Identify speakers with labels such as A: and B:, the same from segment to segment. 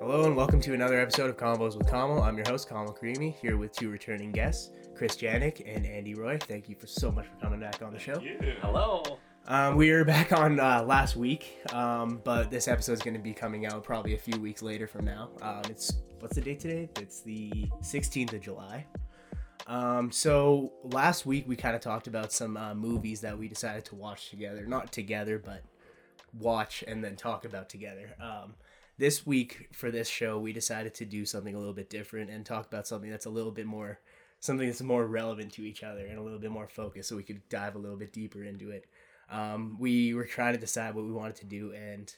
A: Hello and welcome to another episode of Combos with Kamal. I'm your host, Kamal Karimi, here with two returning guests, Chris Janik and Andy Roy. Thank you for so much for coming back on the show.
B: Hello.
A: Um, we were back on uh, last week, um, but this episode is going to be coming out probably a few weeks later from now. Um, it's what's the date today? It's the 16th of July. Um, so last week we kind of talked about some uh, movies that we decided to watch together, not together, but watch and then talk about together. Um, this week for this show, we decided to do something a little bit different and talk about something that's a little bit more, something that's more relevant to each other and a little bit more focused, so we could dive a little bit deeper into it. Um, we were trying to decide what we wanted to do, and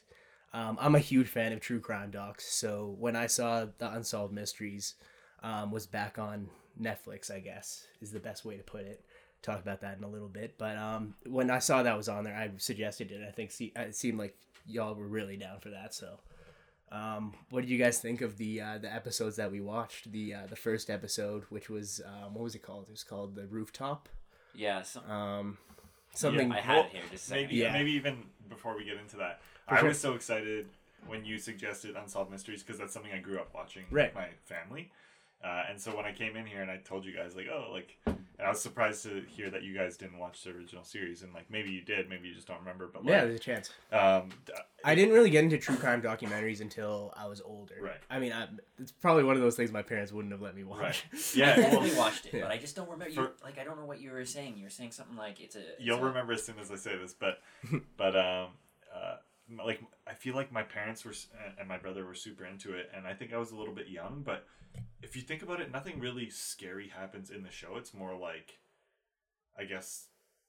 A: um, I'm a huge fan of true crime docs. So when I saw the Unsolved Mysteries um, was back on Netflix, I guess is the best way to put it. Talk about that in a little bit, but um, when I saw that was on there, I suggested it. I think see, it seemed like y'all were really down for that. So, um, what did you guys think of the uh, the episodes that we watched? The uh, the first episode, which was um, what was it called? It was called the rooftop.
B: Yeah, so,
A: Um, something
B: I had it here just a second.
C: Maybe,
A: Yeah.
C: maybe even before we get into that,
A: For
C: I
A: sure.
C: was so excited when you suggested Unsolved Mysteries because that's something I grew up watching
A: Right.
C: with my family. Uh, and so when I came in here and I told you guys like, oh, like, and I was surprised to hear that you guys didn't watch the original series and like maybe you did, maybe you just don't remember, but
A: yeah,
C: like,
A: there's a chance.
C: yeah. um, d-
A: I didn't really get into true crime documentaries until I was older.
C: Right.
A: I mean, I, it's probably one of those things my parents wouldn't have let me watch.
C: Right.
B: I
C: yeah, well,
B: definitely watched it,
A: Yeah.
B: but I just don't remember. You, like I don't know what you were saying. You were saying something like it's a. it's
C: you'll
B: a-
C: remember as soon as I say this, but but um, uh, m- like I feel like my parents were s- and- and my brother were super into it, and I think I was a little bit young. But if you think about it, nothing really scary happens in the show. It's more like, I guess,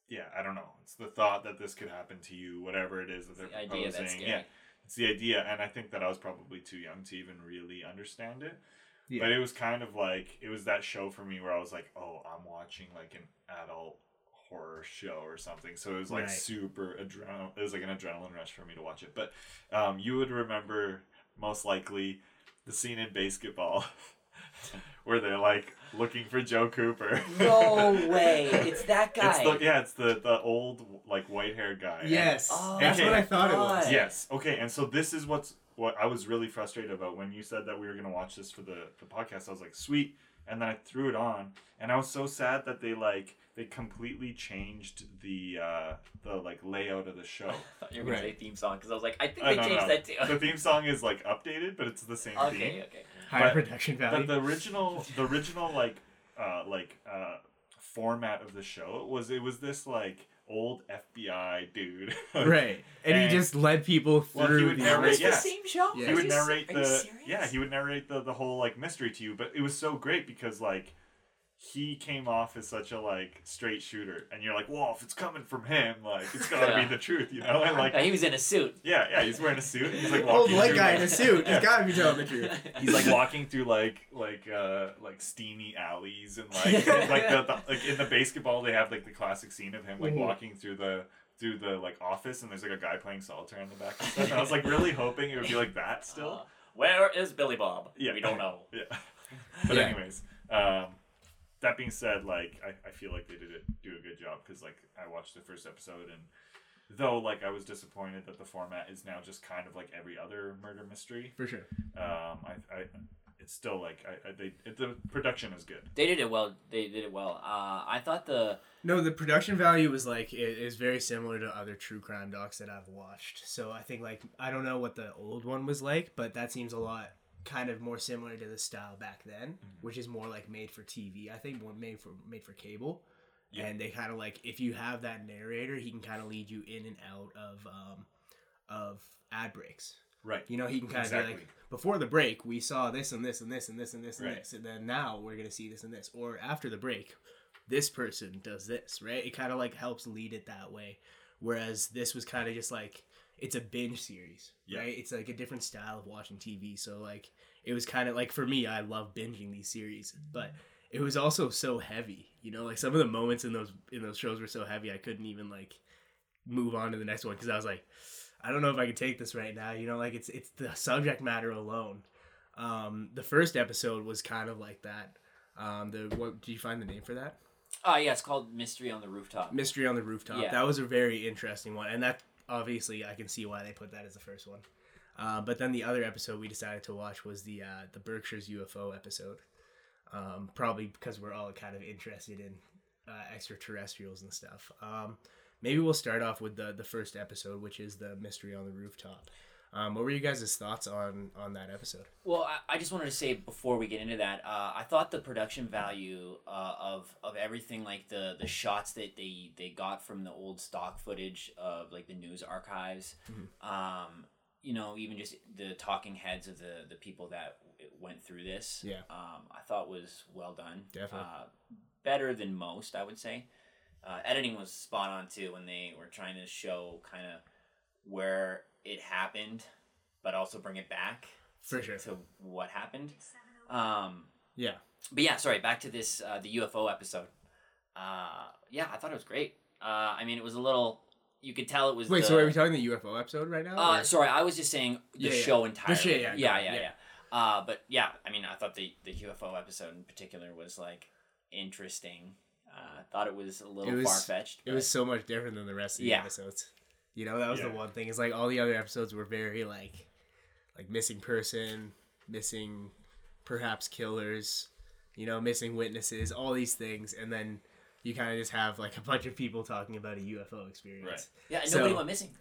C: yeah, I don't know. It's the thought that this could happen to you, whatever it is that they're
B: the idea
C: proposing.
B: that's scary.
C: Yeah, it's the idea, and I think that I was probably too young to even really understand it.
A: Yeah.
C: But it was kind of like it was that show for me where I was like, oh, I'm watching like an adult horror show or something. So it was like
A: Right.
C: super adrenaline. It was like an adrenaline rush for me to watch it. But um, you would remember most likely the scene in Basketball where they're like looking for Joe Cooper.
B: No way! It's that guy.
C: It's the, yeah, it's the the old like white haired guy. And-
A: Yes,
B: Oh
A: that's what
C: my
A: I thought it was.
B: God.
C: Yes. Okay. And so this is what's what I was really frustrated about when you said that we were gonna watch this for the the podcast. I was like, sweet. And then I threw it on, and I was so sad that they like they completely changed the uh the like layout of the show.
B: you were gonna
A: Right.
B: say theme song because I was like, I think
C: I
B: they
C: don't
B: changed
C: know.
B: that too.
C: The theme song is like updated, but it's the same theme.
B: okay, okay.
A: Higher
C: But-
A: production value.
C: But the original, the original like, uh, like uh, format of the show was it was this like old FBI dude,
A: right. And,
C: And-
A: he just led people
C: Well, he
A: through
C: would
A: these-
C: narrate-
B: It's
C: yeah.
B: the same show.
A: Yeah.
B: Are
C: He would
B: you s-
C: narrate
B: are
C: the
B: You serious?
C: yeah. He would narrate the the whole like mystery to you, but it was so great because like he came off as such a like straight shooter, and you're like, well, if it's coming from him, like it's gotta
B: Yeah.
C: be the truth, you know? And like,
B: Yeah, he was in a suit.
C: yeah, yeah, he's wearing a suit. and He's like
A: Old
C: walking
A: white
C: through,
A: guy
C: like-
A: in a suit.
C: Yeah.
A: He's got to be telling the truth.
C: He's like walking through like like uh like steamy alleys and like and, like the, the like in the basketball they have like the classic scene of him like
A: Mhm.
C: walking through the through the like office and there's like a guy playing solitaire in the back and stuff. And I was like really hoping it would be like that still.
B: Uh, where is Billy Bob?
C: Yeah.
B: We don't know.
C: Yeah. But
A: Yeah.
C: anyways, um, that being said, like I, I feel like they did it, do a good job because like I watched the first episode and though like I was disappointed that the format is now just kind of like every other murder mystery.
A: For sure.
C: Um, I, I it's still like I, I they it, the production is good.
B: They did it well. They did it well. Uh, I thought the
A: No, the production value was like it is very similar to other true crime docs that I've watched. So I think like I don't know what the old one was like, but that seems a lot kind of more similar to the style back then,
C: Mm-hmm.
A: which is more like made for TV. I think more made for made for cable.
C: Yeah.
A: And they kind of like if you have that narrator, he can kind of lead you in and out of um of ad breaks.
C: Right.
A: You know, he can kind of be
C: Exactly.
A: like, before the break, we saw this and this and this and this and this and
C: Right.
A: this, and then now we're gonna see this and this, or after the break, this person does this, right? It kind of like helps lead it that way. Whereas this was kind of just like it's a binge series,
C: Yeah.
A: right? It's like a different style of watching TV. So like it was kind of like for me, I love binging these series, but it was also so heavy. You know, like some of the moments in those in those shows were so heavy, I couldn't even like move on to the next one because I was like, I don't know if I can take this right now. You know, like it's it's the subject matter alone Um, the first episode was kind of like that. Um, the what? Do you find the name for that?
B: Oh yeah, it's called Mystery on the Rooftop.
A: Mystery on the Rooftop.
B: Yeah.
A: That was a very interesting one, and that obviously I can see why they put that as the first one. Uh, but then the other episode we decided to watch was the uh, the Berkshire's UFO episode, um, probably because we're all kind of interested in uh, extraterrestrials and stuff. Um, maybe we'll start off with the the first episode, which is the Mystery on the Rooftop. Um, what were you guys' thoughts on on that episode?
B: Well, I, I just wanted to say before we get into that, uh, I thought the production value uh, of of everything, like the the shots that they they got from the old stock footage of like the news archives,
A: Mm-hmm.
B: um, you know, even just the talking heads of the the people that w- went through this,
A: Yeah.
B: um, I thought was well done,
A: Definitely.
B: uh, better than most, I would say. Uh, editing was spot on too when they were trying to show kind of where it happened, but also bring it back
A: For sure.
B: to what happened. Um,
A: Yeah.
B: but yeah, sorry, back to this uh, the UFO episode. Uh, yeah, I thought it was great. Uh, I mean, it was a little. You could tell it was.
A: Wait,
B: the,
A: so are we talking the UFO episode right now?
B: Uh,
A: or-
B: sorry, I was just saying the
A: Yeah, yeah.
B: show entirely.
A: show, yeah,
B: yeah,
A: got it,
B: yeah,
A: yeah.
B: yeah. Uh, but yeah, I mean, I thought the the UFO episode in particular was like interesting. Uh, I thought it was a
A: It
B: little
A: was-
B: far fetched.
A: It was so much different than the rest of the
B: Yeah.
A: episodes. You know, that was the
C: Yeah.
A: one thing. Is like all the other episodes were very like, like missing person, missing, perhaps killers, you know, missing witnesses, all these things, and then you kind of just have like a bunch of people talking about a UFO experience.
B: yeah, and
A: so-
B: nobody went missing.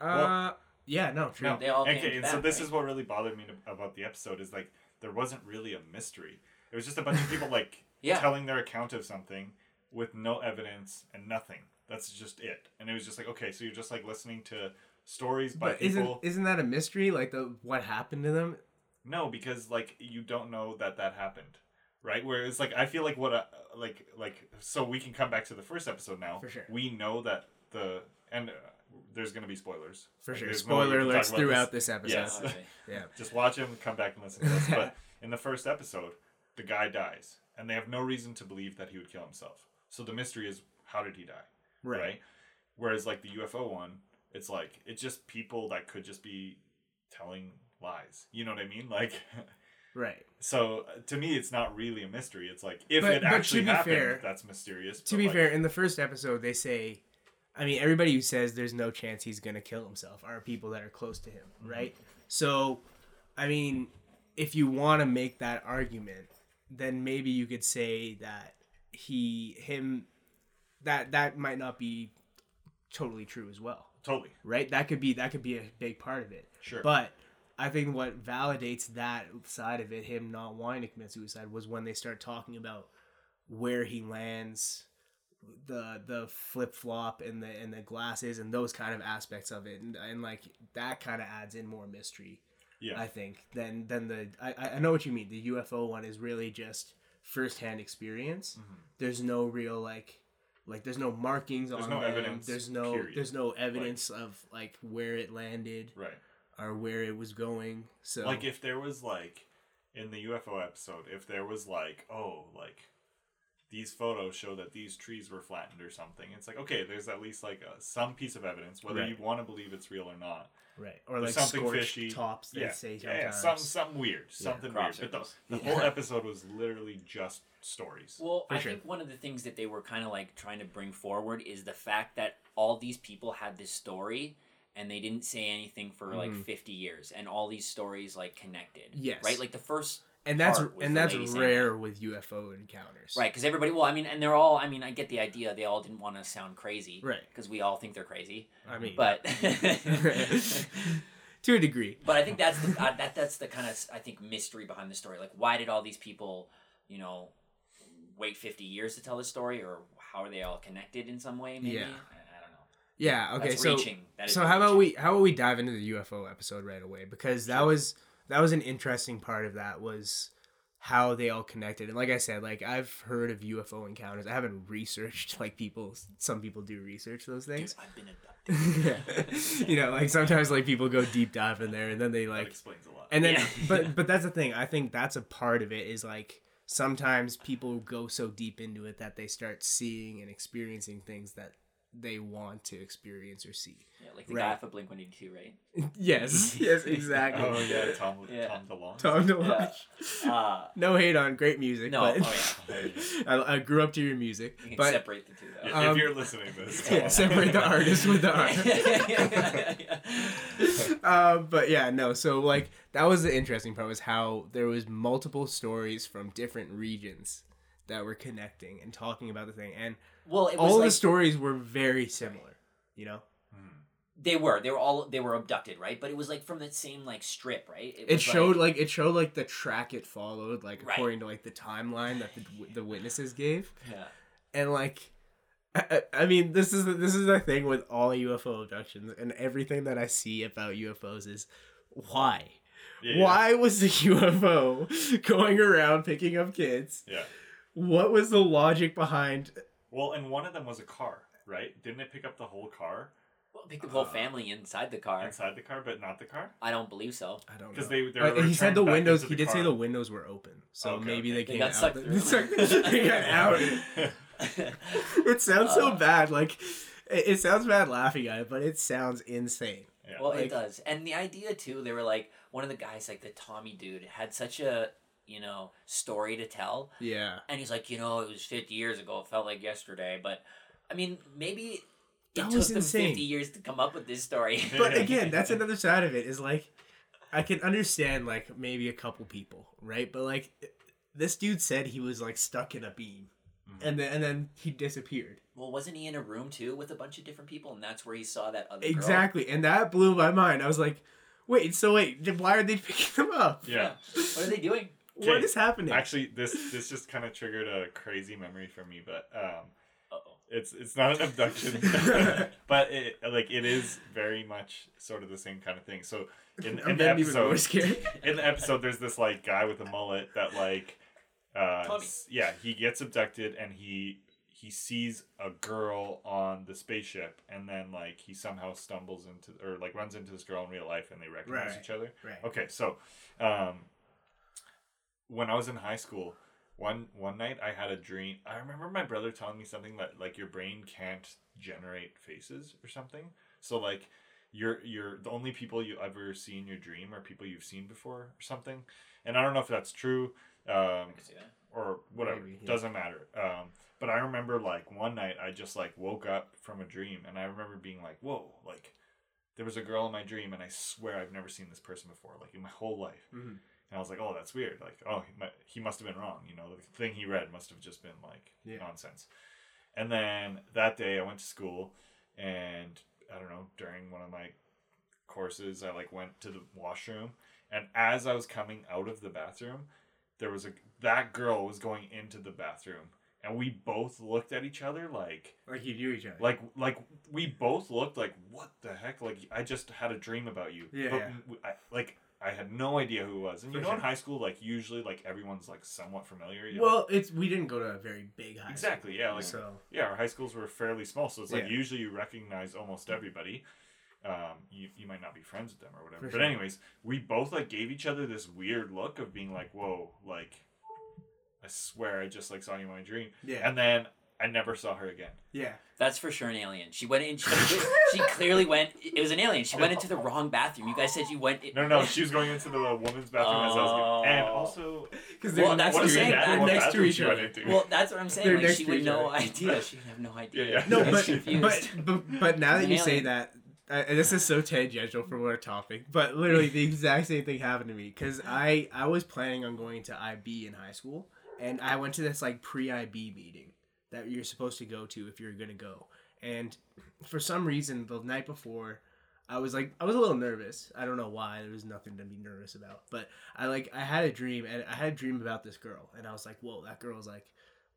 A: Uh, yeah, no, true.
B: They all
C: okay,
B: came
C: and so
B: back,
C: this
B: right?
C: is what really bothered me to- about the episode is like there wasn't really a mystery. It was just a bunch of people like
B: Yeah.
C: telling their account of something with no evidence and nothing. That's just it. And it was just like okay, so you're just like listening to stories by
A: But
C: people.
A: isn't isn't that a mystery? Like the what happened to them?
C: No, because like you don't know that that happened, right? Whereas like I feel like what a like like so we can come back to the first episode now.
A: For sure.
C: We know that the and uh, there's gonna be spoilers
A: For
C: Like,
A: sure.
C: there's no way we
A: Spoiler
C: can talk
A: alerts
C: about this.
A: throughout this, episode.
C: Yes.
B: Honestly.
A: Yeah.
C: Just watch him, come back and listen to us. But in the first episode, the guy dies, and they have no reason to believe that he would kill himself. So the mystery is how did he die, right? Whereas like the UFO one, it's like it's just people that could just be telling lies. You know what I mean? Like,
A: Right.
C: so uh, to me, it's not really a mystery. It's like if
A: But-
C: it
A: but to
C: actually
A: be
C: happened,
A: fair-
C: that's mysterious.
A: to
C: but,
A: be
C: like,
A: fair, in the first episode, they say, I mean, everybody who says there's no chance he's going to kill himself are people that are close to him, right? So, I mean, if you want to make that argument, then maybe you could say that he, him, that that might not be totally true as well,
C: totally
A: right? That could be that could be a big part of it.
C: sure,
A: But I think what validates that side of it, him not wanting to commit suicide, was when they start talking about where he lands, the the flip flop and the and the glasses and those kind of aspects of it, and, and like that kind of adds in more mystery.
C: yeah,
A: I think than than the I I- I know what you mean. The UFO one is really just firsthand
C: Mm.
A: experience.
C: Mm-hmm.
A: There's no real like like there's no markings
C: There's
A: on
C: no
A: them.
C: evidence,
A: There's no
C: period.
A: there's no evidence of like where it landed
C: right.
A: or where it was going. So
C: Like if there was like in the UFO episode, if there was like, oh, like these photos show that these trees were flattened or something. It's like okay, there's at least like a, some piece of evidence, whether
A: Right.
C: you want to believe it's real or not.
A: right or like
C: There's something
A: scorched
C: fishy.
A: tops. They
C: yeah,
A: say
C: yeah, yeah,
A: sometimes.
C: some something weird, something
B: crop
C: weird. But the,
B: circles.
C: the
A: Yeah.
C: whole episode was literally just stories.
B: Well,
A: For
B: I
A: sure.
B: think one of the things that they were kind of like trying to bring forward is the fact that all these people had this story and they didn't say anything for
A: Mhm.
B: like 50 years and all these stories like connected.
A: Yes.
B: Right? Like the first
A: and that's
B: part with
A: and
B: the
A: that's
B: lady saying
A: rare with UFO encounters.
B: right cuz everybody well, I mean and they're all I mean I get the idea they all didn't want to sound crazy
A: Right.
B: cuz we all think they're crazy.
A: I mean,
B: But
A: to a degree.
B: but I think that's the, uh, that that's the kind of I think mystery behind the story. Like, why did all these people, you know, wait fifty years to tell the story, or how are they all connected in some way? Maybe
A: Yeah.
B: I, I don't know.
A: Yeah. Okay.
B: That's
A: so
B: reaching. That is
A: so how about
B: reaching.
A: we how about we dive into the UFO episode right away because that was that was an interesting part of that was how they all connected and like I said like I've heard of UFO encounters I haven't researched like people some people do research those
B: Dude,
A: things
B: I've been abducted.
A: you know like sometimes like people go deep dive in there and then they
C: that
A: like
C: explains a lot.
A: and then
B: Yeah.
A: but but that's the thing I think that's a part of it is like sometimes people go so deep into it that they start seeing and experiencing things that they want to experience or see.
B: Yeah, like the
A: Right.
B: guy for Blink One Eighty Two, right?
A: yes, yes, exactly.
C: Oh yeah, Tom
B: Yeah.
C: Tom DeLonge.
A: Tom to
B: Yeah.
A: watch.
B: Uh,
A: No hate on great music.
B: No,
A: but
B: oh,
C: yeah.
A: I, I grew up to your music,
B: you can
A: but
B: separate the two though.
C: If
A: Yeah. Um,
C: you're listening to this,
A: yeah,
C: Tom.
A: separate the artist with the art.
B: yeah.
A: uh, but yeah, no. So like that was the interesting part was how there was multiple stories from different regions that were connecting and talking about the thing, and
B: Well, it was
A: all
B: like,
A: the stories were very similar. You know,
C: Hmm.
B: they were they were all they were abducted, right? But it was like from that same like strip, right?
A: it
B: was,
A: showed
B: like,
A: like it showed like the track it followed, like
B: Right.
A: according to like the timeline that the, the witnesses gave.
B: yeah.
A: and like I, I I mean this is the, this is the thing with all UFO abductions and everything that I see about UFOs is why
C: Yeah, yeah.
A: why was the UFO going around picking up kids
C: Yeah.
A: what was the logic behind
C: Well, and one of them was a car, right? Didn't it pick up the whole car
B: Well, pick the whole
C: Uh,
B: family inside the car.
C: inside the car, but not the car?
B: I don't believe so.
A: I don't know
C: Because they, they
A: Uh,
C: were
A: he said
C: returned
A: the
C: back
A: windows
C: into
A: he did say
C: car.
A: the windows were open so
C: Okay,
A: maybe
C: okay.
A: they
B: They
A: came
B: got
A: out
B: sucked
A: the-
B: through.
A: they got out it sounds so
B: Uh,
A: bad like it, it sounds bad laughing at it but it sounds insane
C: Yeah.
B: well,
A: Like-
B: it does, and the idea too. They were like one of the guys, like the Tommy dude, had such a you know story to tell,
A: yeah
B: and he's like, you know, it was fifty years ago. It felt like yesterday, but I mean, maybe it
A: That
B: took
A: was
B: them
A: insane.
B: fifty years to come up with this story.
A: but again, that's another side of it is like I can understand like maybe a couple people, right? But like this dude said he was like stuck in a beam.
B: Mm-hmm.
A: And then and then he disappeared.
B: well, wasn't he in a room too with a bunch of different people, and that's where he saw that other girl?
A: Exactly. And that blew my mind. I was like, "Wait, so wait, then why are they picking him up?
C: yeah.
B: What are they doing?
A: What
C: Okay.
A: is happening?"
C: Actually, this this just kind of triggered a crazy memory for me, but um,
B: Uh oh.
C: it's it's not an abduction, but it like it is very much sort of the same kind of thing. So in,
A: I'm
C: in the
A: getting even more
C: episode,
A: scared.
C: in the episode, there's this like guy with a mullet that like, uh,
B: Tommy.
C: s- yeah, he gets abducted and he he sees a girl on the spaceship and then like he somehow stumbles into or like runs into this girl in real life and they recognize
A: Right.
C: each other.
A: right.
C: Okay, so um, when I was in high school, one one night I had a dream. I remember my brother telling me something that like your brain can't generate faces or something. So like you're you're the only people you ever see in your dream are people you've seen before or something. And I don't know if that's true. Um,
B: I can see that.
C: or whatever
A: Maybe, yeah.
C: doesn't matter um but i remember like one night i just like woke up from a dream and i remember being like whoa like there was a girl in my dream and i swear i've never seen this person before like in my whole life
A: Mhm.
C: and i was like oh that's weird like oh he, might, he must have been wrong you know the thing he read must have just been like
A: Yeah.
C: nonsense and then that day i went to school and i don't know during one of my courses i like went to the washroom and as i was coming out of the bathroom there was a that girl was going into the bathroom and we both looked at each other like
A: Like you knew each other.
C: like like we both looked like what the heck like i just had a dream about you
A: Yeah,
C: But
A: yeah.
C: w- I, like i had no idea who it was and you
A: For
C: know in
A: sure.
C: high school like usually like everyone's like somewhat familiar you know?
A: well, it's we didn't go to a very big high. school,
C: exactly yeah like
A: So
C: yeah our high schools were fairly small so it's like
A: Yeah.
C: usually you recognize almost everybody um you, you might not be friends with them or whatever
A: For
C: but
A: sure.
C: anyways we both like gave each other this weird look of being like whoa like i swear i just like saw you in my dream
A: yeah,
C: and then i never saw her again
A: yeah.
B: That's for sure an alien. She went in. She, she clearly went. It was an alien. She went into the wrong bathroom. You guys said you went.
C: no no she was going into the woman's bathroom as i was going and
B: Oh.
C: also
A: Because
B: Well, that's what
C: what
B: I'm
C: does it
B: saying.
C: matter
B: They're
C: what
A: next to
C: bathroom
A: each
C: she went
A: other.
C: into?
B: Well, that's what I'm saying.
A: They're
B: like
A: next
B: she
A: to
B: would
A: each
B: no
A: other.
B: idea. She'd have no idea.
C: Yeah, yeah.
A: No,
B: She's
A: but,
B: confused.
A: but but but now that
B: An
A: you say
B: alien.
A: that, uh, and this is so tangential from our topic, but literally the exact same thing happened to me because I I was planning on going to IB in high school, and I went to this like pre IB meeting that you're supposed to go to if you're gonna go, and for some reason the night before. I was like, I was a little nervous. I don't know why. There was nothing to be nervous about. But I like, I had a dream, and I had a dream about this girl, and I was like, whoa, that girl's like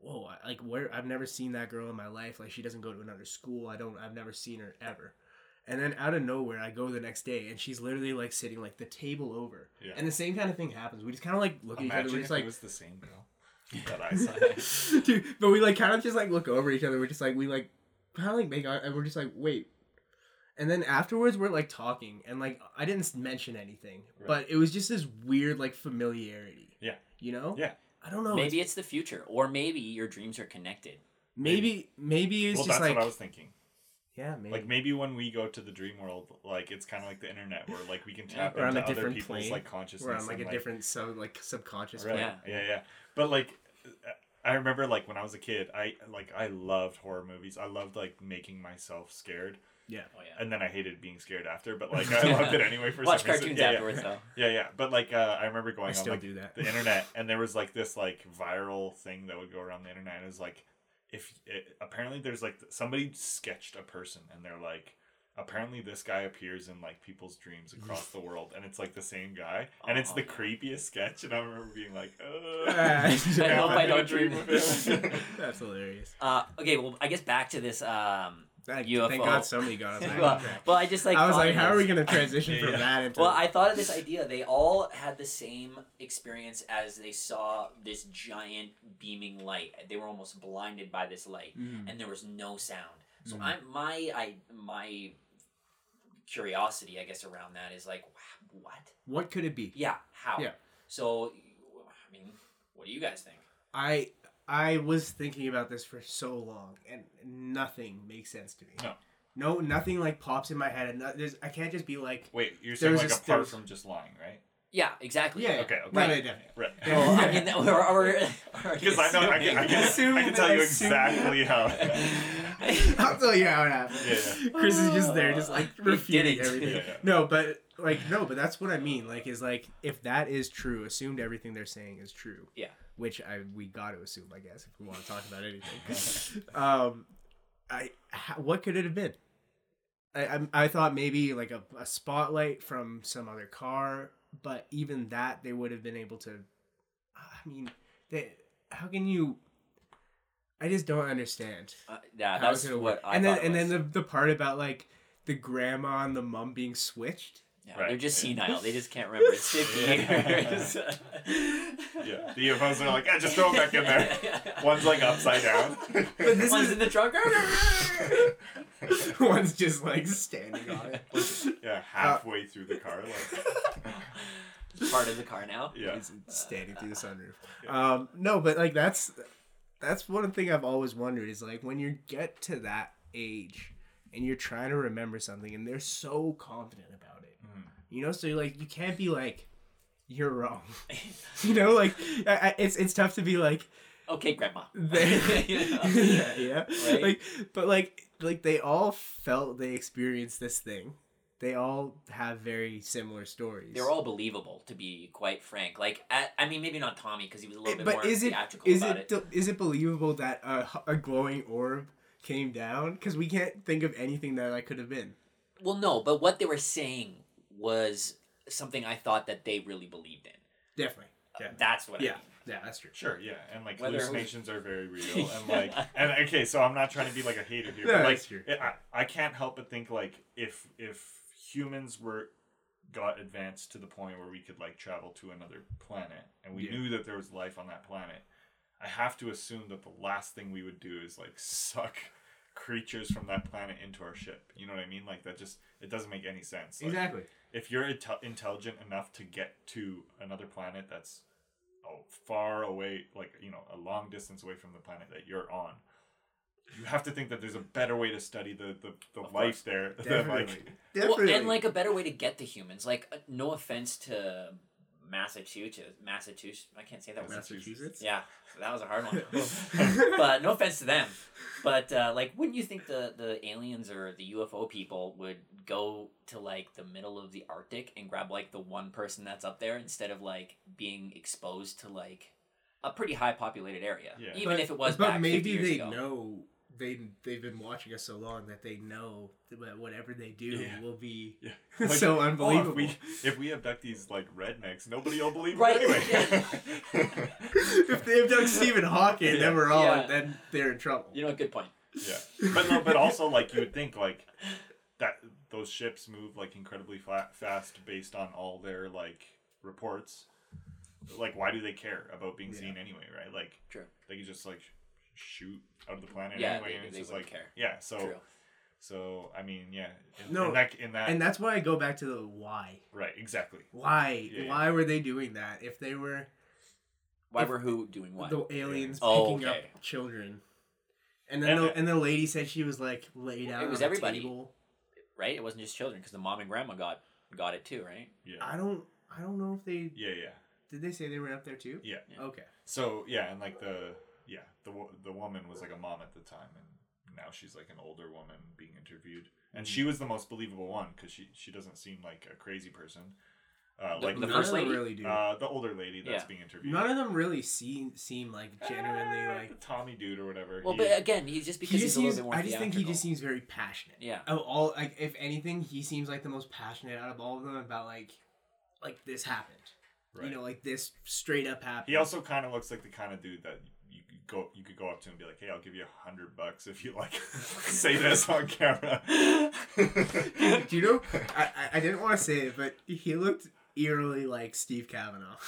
A: whoa I- like where i've never seen that girl in my life like she doesn't go to another school i don't i've never seen her ever and then out of nowhere i go the next day and she's literally like sitting like the table over
C: Yeah.
A: and the same kind of thing happens we just kind of like look at each other
C: imagine
A: we're
C: if
A: just like
C: it was the same girl that i saw
A: Dude, but we like kind of just like look over each other. We're just like we like kind of like make eye, and we're just like wait. And then afterwards, we're like talking, and like I didn't s- mention anything,
C: Right.
A: but it was just this weird like familiarity.
C: Yeah.
A: You know.
C: Yeah.
A: I don't know. Maybe
B: maybe it's the future, or maybe your dreams are connected.
A: maybe maybe it's
C: well
A: just
C: that's
A: like
C: what i was thinking
A: Yeah, maybe.
C: Like maybe when we go to the dream world, like it's kind of like the internet where like we can
B: Yeah,
C: tap
A: we're on
C: into
A: a
C: other
A: different
C: people's
A: plane.
C: like consciousness.
A: We're on like
C: and,
A: a different sub like subconscious
C: Right.
A: plane.
C: Yeah.
B: Yeah.
C: yeah, But like, I remember like when I was a kid, I like I loved horror movies. I loved like making myself scared,
A: Yeah.
B: Oh yeah.
C: and then I hated being scared after. But like I loved it anyway for
B: Watch
C: some reason.
B: cartoons
C: Yeah, yeah.
B: afterwards though.
C: Yeah, yeah. But like, uh, I remember going
A: I
C: on
A: still
C: like
A: do that.
C: the internet, and there was like this like viral thing that would go around the internet. It was like, if it, apparently there's like somebody sketched a person, and they're like, apparently this guy appears in like people's dreams across the world, and it's like the same guy, and it's
B: Oh,
C: the
B: yeah.
C: creepiest sketch. And I remember being like, oh,
B: I hope I don't dream
C: of
B: this.
C: him.
A: That's hilarious.
B: Uh, okay, well, I guess back to this. Um,
A: Thank,
B: UFO.
A: thank God somebody got us. back on
B: well,
A: track.
B: well, I just like
A: I was
B: thought
A: like,
B: of
A: how
B: this.
A: are we gonna transition
C: Yeah,
A: from
C: yeah.
A: that into?
B: Well, I thought of this idea. They all had the same experience as they saw this giant beaming light. They were almost blinded by this light,
A: Mm.
B: and there was no sound. So
A: Mhm.
B: I my I my curiosity, I guess, around that is like, wh- what?
A: what could it be?
B: Yeah, how?
A: Yeah.
B: So, I mean, what do you guys think?
A: I I was thinking about this for so long, and nothing makes sense to me.
C: No.
A: No, nothing like pops in my head, and no- there's I can't just be like,
C: Wait, you're saying
A: There's
C: like
A: this-
C: apart
A: there's-
C: from just lying, right?
B: Yeah, exactly.
A: yeah,
C: Okay, okay.
A: no, no, no.
C: Right.
B: Well, I mean, we're, we're, we're
C: Because I know I can, I can, I can
A: Assuming-
C: tell you
A: assuming.
C: exactly how.
A: I'll tell you how it happened.
C: Yeah,
A: Chris is just there, just like
B: We did
A: refuting
B: it.
A: everything.
C: Yeah, yeah.
A: No, but like no, but that's what I mean. Like is like if that is true, assumed everything they're saying is true.
B: Yeah.
A: Which I we got to assume, I guess, if we want to talk about anything. um, I ha- what could it have been? I I'm- I, I thought maybe like a, a spotlight from some other car, but even that they would have been able to. I mean, they how can you? I just don't understand
B: Uh, yeah,
A: how
B: that's
A: it's gonna
B: what
A: work.
B: I
A: and then
B: thought it
A: and then
B: was.
A: the, the part about like the grandma and the mum being switched.
B: Yeah,
C: Right,
B: They're just
C: yeah.
B: senile. They just can't remember. It's 50
C: Yeah.
B: years.
C: yeah. The UFOs are like, yeah, just throw them back in there. One's like upside down.
A: But this
B: One's
A: is
B: in the trunk.
A: one's just like standing on it. Uh,
C: yeah, halfway through the car. Like,
B: Part of the car now.
C: yeah.
A: He's standing through the sunroof. Um, no, but like that's that's one thing I've always wondered is like when you get to that age and you're trying to remember something and they're so confident about it.
B: Mm-hmm.
A: You know, so you're like you can't be like you're wrong. you know, like I, I, it's it's tough to be like
B: Okay, grandma.
A: They- yeah, yeah.
B: Right?
A: Like, but like, like they all felt they experienced this thing. They all have very similar stories.
B: They're all believable, to be quite frank. Like, I, I mean, maybe not Tommy because he was a little bit
A: Eh, but
B: more
A: is it
B: theatrical
A: is
B: about
A: it, de- is it believable that a, h- a glowing orb came down? Because we can't think of anything that that could have been.
B: Well, no, but what they were saying was something I thought that they really believed in.
A: Definitely. Yeah.
B: That's what.
A: Yeah.
B: I mean.
A: Yeah, that's true.
C: Sure, yeah. And like
B: Whether it was-
C: hallucinations are very real. And like, and okay, so I'm not trying to be like a hater here.
A: No,
C: but, like,
A: that's true.
C: I, I can't help but think like if if humans were got advanced to the point where we could like travel to another planet and we
A: Yeah.
C: knew that there was life on that planet, I have to assume that the last thing we would do is like suck creatures from that planet into our ship. You know what I mean? Like that just it doesn't make any sense. Like,
A: Exactly.
C: if you're intel- intelligent enough to get to another planet that's oh, far away, like you know, a long distance away from the planet that you're on, you have to think that there's a better way to study the the, the
B: Of
C: life
B: course.
C: there than
A: Definitely.
C: like
A: Definitely.
B: Well, and like a better way to get to humans. Like, uh, no offense to Massachusetts, Massachusetts. I can't say that word.
A: Massachusetts.
B: Yeah, that was a hard one. but no offense to them. But uh, like, wouldn't you think the the aliens or the UFO people would go to like the middle of the Arctic and grab like the one person that's up there instead of like being exposed to like a pretty high populated area,
C: Yeah.
B: even
A: But-
B: if it was
A: but
B: back
A: maybe
B: 50 years
A: they
B: ago.
A: know they they've been watching us so long that they know that whatever they do
C: Yeah.
A: will be
C: yeah.
A: so
C: oh,
A: unbelievable.
C: if we if we abduct these like rednecks, nobody will believe
B: Right.
C: it anyway.
A: if they abduct Stephen Hawking,
C: Yeah.
A: then we're all
B: Yeah.
A: then they're in trouble.
B: You know, good point.
C: yeah, but no, but also like you would think like that those ships move like incredibly flat, fast based on all their like reports. Like, why do they care about being seen anyway? Right? Like,
B: True.
C: they could just like sh- shoot out of the planet
B: Yeah,
C: anyway,
B: they-
C: and it's
B: they
C: just like
B: wouldn't care.
C: yeah. So
B: True.
C: so I mean yeah. In,
A: No,
C: in that in that
A: And that's why I go back to the why.
C: right exactly.
A: Why?
C: Yeah, yeah.
A: Why were they doing that? If they were
B: Why
A: If-
B: were who doing what?
A: the aliens
B: Oh,
A: picking
B: okay.
A: up children And then
C: And-
A: the, and the lady said she was like laid out.
B: It was
A: on a
B: everybody.
A: table.
B: right? It wasn't just children because the mom and grandma got got it too, right?
C: Yeah.
A: I don't I don't know if they
C: Yeah, yeah.
A: did they say they were up there too.
C: Yeah.
B: Yeah.
A: Okay.
C: So, yeah, and like the yeah, the wo- the woman was like a mom at the time and now she's like an older woman being interviewed. And
B: Mm-hmm.
C: she was the most believable one cuz she she doesn't seem like a crazy person. Uh,
B: The-
C: like
B: the
A: None
B: first
A: of them
B: lady?
A: really do.
C: uh, the older lady that's
B: Yeah.
C: being interviewed.
A: None of them really seem seem like genuinely
C: Ah,
A: like.
C: the Tommy dude or whatever.
B: Well,
C: he-
B: but uh, again, he's Eh, just
A: He
B: because
A: just
B: he's a little
A: seems-
B: bit more
A: I just think he just
B: theatrical.
A: seems very passionate.
B: Yeah.
A: Of all like if anything, he seems like the most passionate out of all of them about like like this happened.
C: right.
A: You know, like this straight up happened.
C: He also kind of looks like the kind of dude that you could go you could go up to and be like, "Hey, I'll give you a hundred bucks if you like say this on camera."
A: Do you know? I, I- I didn't want to say it, but he looked eerily like Steve Kavanaugh.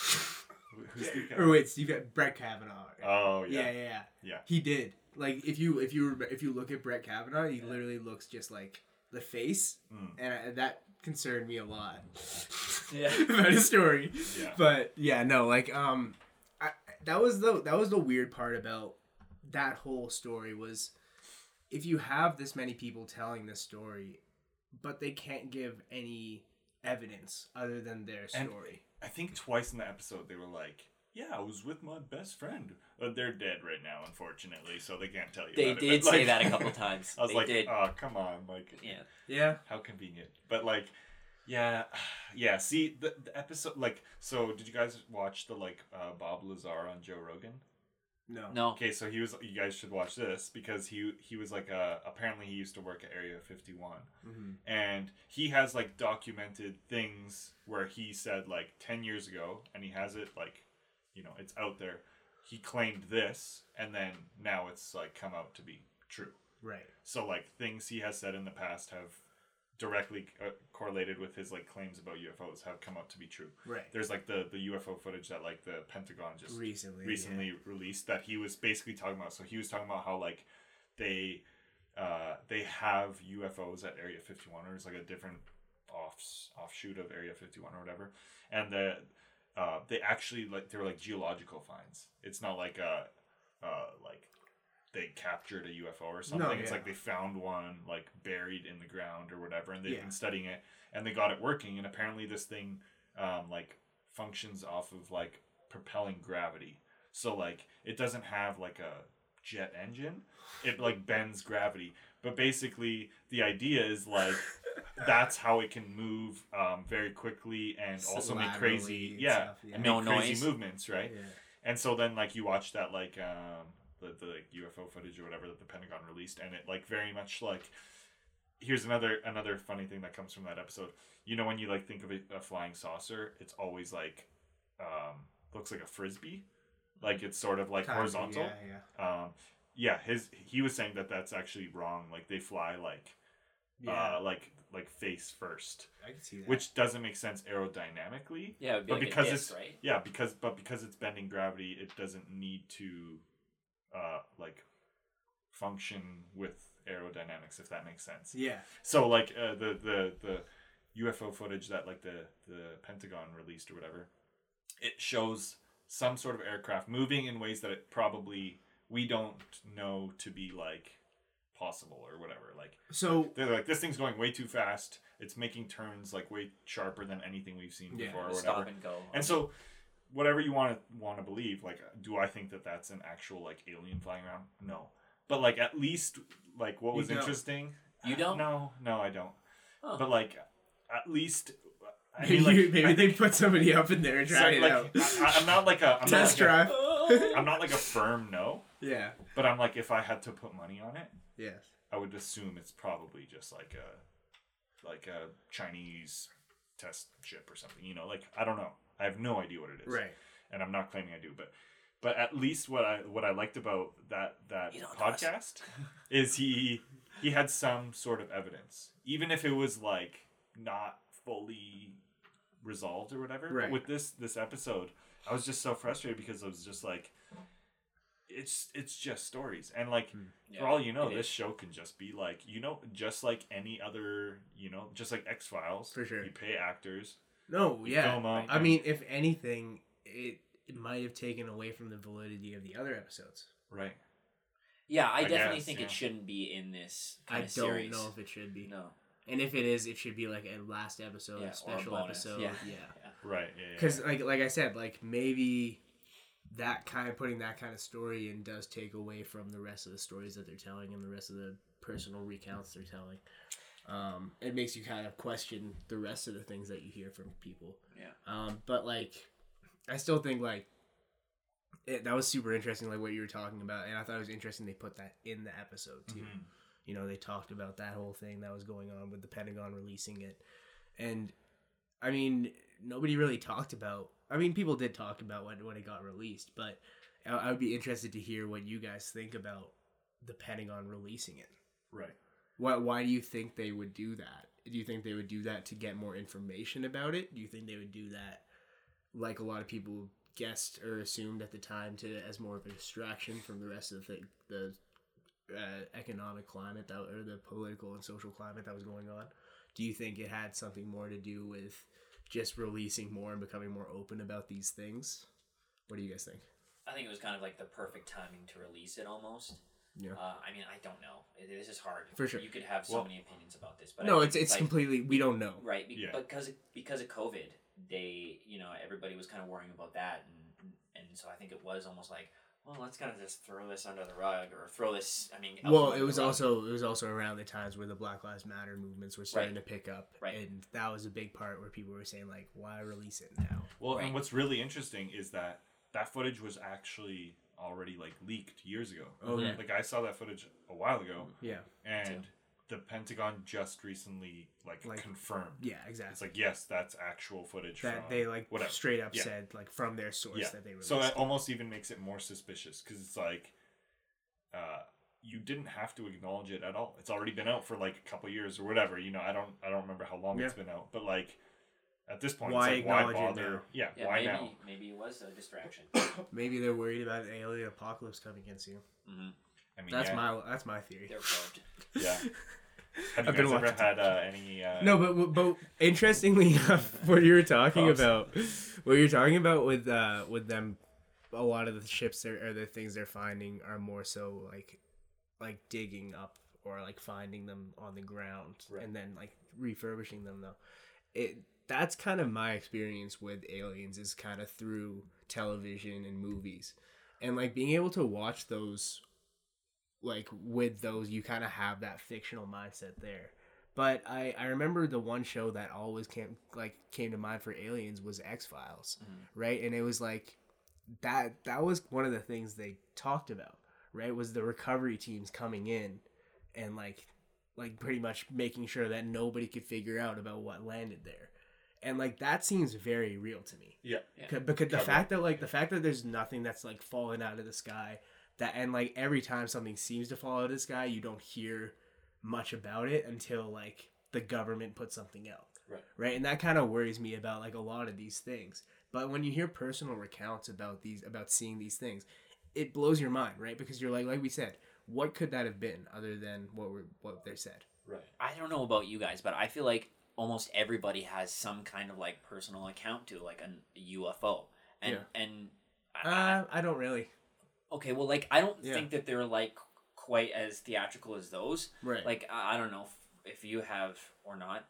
C: Who's the guy?
A: or wait, Steve Brett Kavanaugh.
C: Oh
A: yeah. yeah,
C: yeah,
A: yeah,
C: Yeah.
A: He did. Like if you if you remember- if you look at Brett Kavanaugh, he literally looks just like the face,
C: Mm.
A: and I, that concerned me a lot.
B: Yeah.
A: about his story.
C: Yeah.
A: But yeah, no, like um, I, that was the that was the weird part about that whole story was if you have this many people telling this story, but they can't give any evidence other than their
C: And-
A: story.
C: I think twice in the episode they were like, "Yeah, I was with my best friend." But they're dead right now, unfortunately, so they can't tell you.
B: They
C: about it,
B: did
C: but,
B: say
C: like-
B: that a couple times.
C: I was
B: they
C: like,
B: did.
C: "Oh, come on!" Like,
B: yeah.
A: yeah.
C: how convenient. But like, yeah, yeah. See the, the episode. Like, so did you guys watch the like uh, Bob Lazar on Joe Rogan?
A: No.
B: No.
C: Okay, so he was. You guys should watch this because he he was like uh apparently he used to work at Area Fifty One,
A: Mhm.
C: and he has like documented things where he said like 10 years ago and he has it like you know it's out there he claimed this and then now it's like come out to be true
A: Right.
C: so like things he has said in the past have directly uh, correlated with his like claims about ufos have come out to be true
A: Right.
C: there's like the the ufo footage that like the pentagon just
A: recently.
C: recently released that he was basically talking about. So he was talking about how like they uh, they have UFOs at Area 51 or it's like a different offs offshoot of Area 51 or whatever, and the uh, they actually like they're like geological finds. It's not like a uh, like they captured a UFO or something. It's
A: yeah.
C: like they found one like buried in the ground or whatever, and they've
A: Yeah.
C: been studying it and they got it working. And apparently this thing um, like functions off of like propelling gravity. So like it doesn't have like a jet engine. It like bends gravity. But basically the idea is like that's how it can move um, very quickly and also make
A: Laterally
C: crazy
A: and
C: yeah,
A: stuff, yeah.
C: and make
B: No
C: crazy
B: noise.
C: movements,
A: Yeah.
C: right?
A: Yeah.
C: And so then like you watch that like um the, the like, UFO footage or whatever that the Pentagon released and it like very much like here's another another funny thing that comes from that episode. You know when you like think of a, a flying saucer, it's always like um looks like a frisbee. Like it's sort of like
A: Kind of,
C: horizontal.
A: Yeah, yeah.
C: Um yeah, his he was saying that that's actually wrong. Like they fly like
A: Yeah,
C: uh like like face first,
A: I can see that.
C: which doesn't make sense aerodynamically.
B: Yeah. It would be
C: But
B: like
C: because
B: a disc,
C: it's-
B: right.
C: Yeah, because but because it's bending gravity, it doesn't need to uh like function with aerodynamics if that makes sense.
A: yeah,
C: So like uh, the the the UFO footage that like the the Pentagon released or whatever, it shows some sort of aircraft moving in ways that it probably we don't know to be like possible or whatever. Like
A: so
C: they're like this thing's going way too fast. It's making turns like way sharper than anything we've seen
A: Yeah,
C: before or
B: The
C: whatever.
B: stop and go.
C: And so, whatever you want to want to believe, like, do I think that that's an actual like alien flying around? No, but like at least like what
A: You
C: was
A: don't.
C: interesting.
B: You don't?
C: No, no, I don't.
B: Huh.
C: But like, at least I
A: maybe,
C: mean, like,
A: maybe
C: I-
A: they put somebody up in there and
C: so,
A: try it
C: like,
A: out.
C: I, am not like a I'm
A: Test
C: not like
A: drive.
C: A, I'm not like a firm no,
A: Yeah.
C: but I'm like if I had to put money on it,
A: Yes.
C: I would assume it's probably just like a like a Chinese test ship or something. You know, like I don't know. I have no idea what it is.
A: Right.
C: and I'm not claiming I do, but but at least what I what I liked about that that
B: You don't know us.
C: podcast is he he had some sort of evidence, even if it was like not fully resolved or whatever. But
A: Right.
C: With this this episode, I was just so frustrated because I was just like, it's it's just stories, and like for
B: Yeah,
C: all you know,
B: it
C: this
B: is.
C: show can just be like you know, just like any other you know, just like X Files.
A: For sure.
C: you pay actors.
A: No,
C: you
A: yeah.
C: film 'em,
A: I
C: and-
A: mean, if anything, it, it might have taken away from the validity of the other episodes.
C: right.
B: Yeah, I,
C: I
B: definitely
C: guess,
B: think
C: yeah.
B: it shouldn't be in this
A: I
B: kind
A: don't
B: of series.
A: know if it should be.
B: No.
A: And if it is, it should be like a last episode,
B: Yeah, or a
A: special
B: bonus.
A: episode.
B: Yeah.
A: yeah.
C: Right. Yeah. yeah,
A: because
C: yeah.
A: like like I said, like maybe that kind of putting that kind of story in does take away from the rest of the stories that they're telling and the rest of the personal recounts they're telling. Um, it makes you kind of question the rest of the things that you hear from people.
B: Yeah.
A: Um, but like, I still think like it, that was super interesting, like what you were talking about, and I thought it was interesting they put that in the episode too
C: Mhm.
A: you know they talked about that whole thing that was going on with the pentagon releasing it and i mean nobody really talked about i mean people did talk about when, when it got released but I, I would be interested to hear what you guys think about the pentagon releasing it
C: Right.
A: why, why do you think they would do that do you think they would do that to get more information about it do you think they would do that like a lot of people guessed or assumed at the time to as more of a distraction from the rest of the the uh, economic climate that or the political and social climate that was going on do you think it had something more to do with just releasing more and becoming more open about these things what do you guys think
B: I think it was kind of like the perfect timing to release it almost.
A: Yeah.
B: Uh, I mean, I don't know. It- This is hard.
A: For sure.
B: You could have so
C: Well-
B: many opinions about this, but I
A: no
B: think
A: it's it's
B: like,
A: completely we don't know
B: right be-
C: Yeah.
B: because because of COVID, they you know everybody was kind of worrying about that, and and so I think it was almost like well let's kind of just throw this under the rug or throw this. I mean, elbow
A: Well,
B: under
A: it
B: the
A: was
B: rug.
A: also it was also around the times where the Black Lives Matter movements were starting to pick up,
B: Right.
A: and that was a big part where people were saying like, "Why release it now?"
C: Well,
B: Right.
C: and what's really interesting is that that footage was actually already like leaked years ago.
A: Oh, Mm. yeah.
C: Like I saw that footage a while ago,
A: Yeah,
C: and the Pentagon just recently like,
A: Like-
C: confirmed.
A: yeah,
C: It's
A: exactly.
C: like yes, that's actual footage.
A: that
C: from
A: they like
C: whatever.
A: straight up
C: Yeah.
A: said like from their source
C: yeah.
A: that they released.
C: so
A: it.
C: that almost even makes it more suspicious because it's like, uh, you didn't have to acknowledge it at all. It's already been out for like a couple years or whatever. You know, I don't I don't remember how long it's been out, but like at this point,
A: Why
C: it's like, why
A: acknowledge it
C: bother?
A: now?
C: Yeah,
B: yeah,
C: why
B: maybe,
C: now?
B: Maybe it was a distraction.
C: uh,
A: Maybe they're worried about an alien apocalypse coming against you.
B: mm-hmm.
C: I mean,
A: That's
C: yeah.
A: my that's my theory.
B: They're probed.
C: Yeah. Have you
A: I've been
C: guys ever
A: watching
C: had uh, any? Uh,
A: No, but but interestingly enough, what you were talking
C: Props.
A: about, what you're talking about with uh with them, a lot of the ships they're- or the things they're finding are more so like, like digging up or like finding them on the ground
C: Right.
A: and then like refurbishing them though. It that's kind of my experience with aliens is kind of through television and movies, and like being able to watch those, like with those you kind of have that fictional mindset there. But I, I remember the one show that always came like came to mind for aliens was X Files, right? And it was like that that was one of the things they talked about, right? Was the recovery teams coming in and like like pretty much making sure that nobody could figure out about what landed there. And like that seems very real to me.
C: Yeah.
A: C- because the
C: Cover.
A: fact that like the fact that there's nothing that's like falling out of the sky that and like every time something seems to fall out of the sky you don't hear much about it until like the government puts something out
C: Right.
A: right and that kind of worries me about like a lot of these things but when you hear personal recounts about these about seeing these things it blows your mind right because you're like like we said what could that have been other than what were what they said
C: Right.
B: I don't know about you guys, but I feel like almost everybody has some kind of like personal account to like a UFO, and and I, I-
A: uh, i don't really
B: okay, well, like I don't
A: Yeah.
B: think that they're like quite as theatrical as those.
A: right
B: Like I, I don't know if, if you have or not.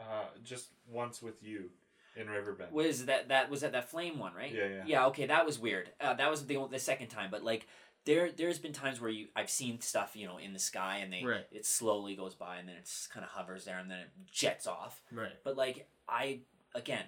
C: Uh, just once with you in Riverbend.
B: Was that that was that that flame one right?
C: Yeah, yeah.
B: Yeah. Okay, that was weird. Uh, that was the the second time, but like. There, there's been times where you I've seen stuff you know in the sky and they
A: Right.
B: it slowly goes by and then it's kind of hovers there and then it jets off
A: right
B: But like I again,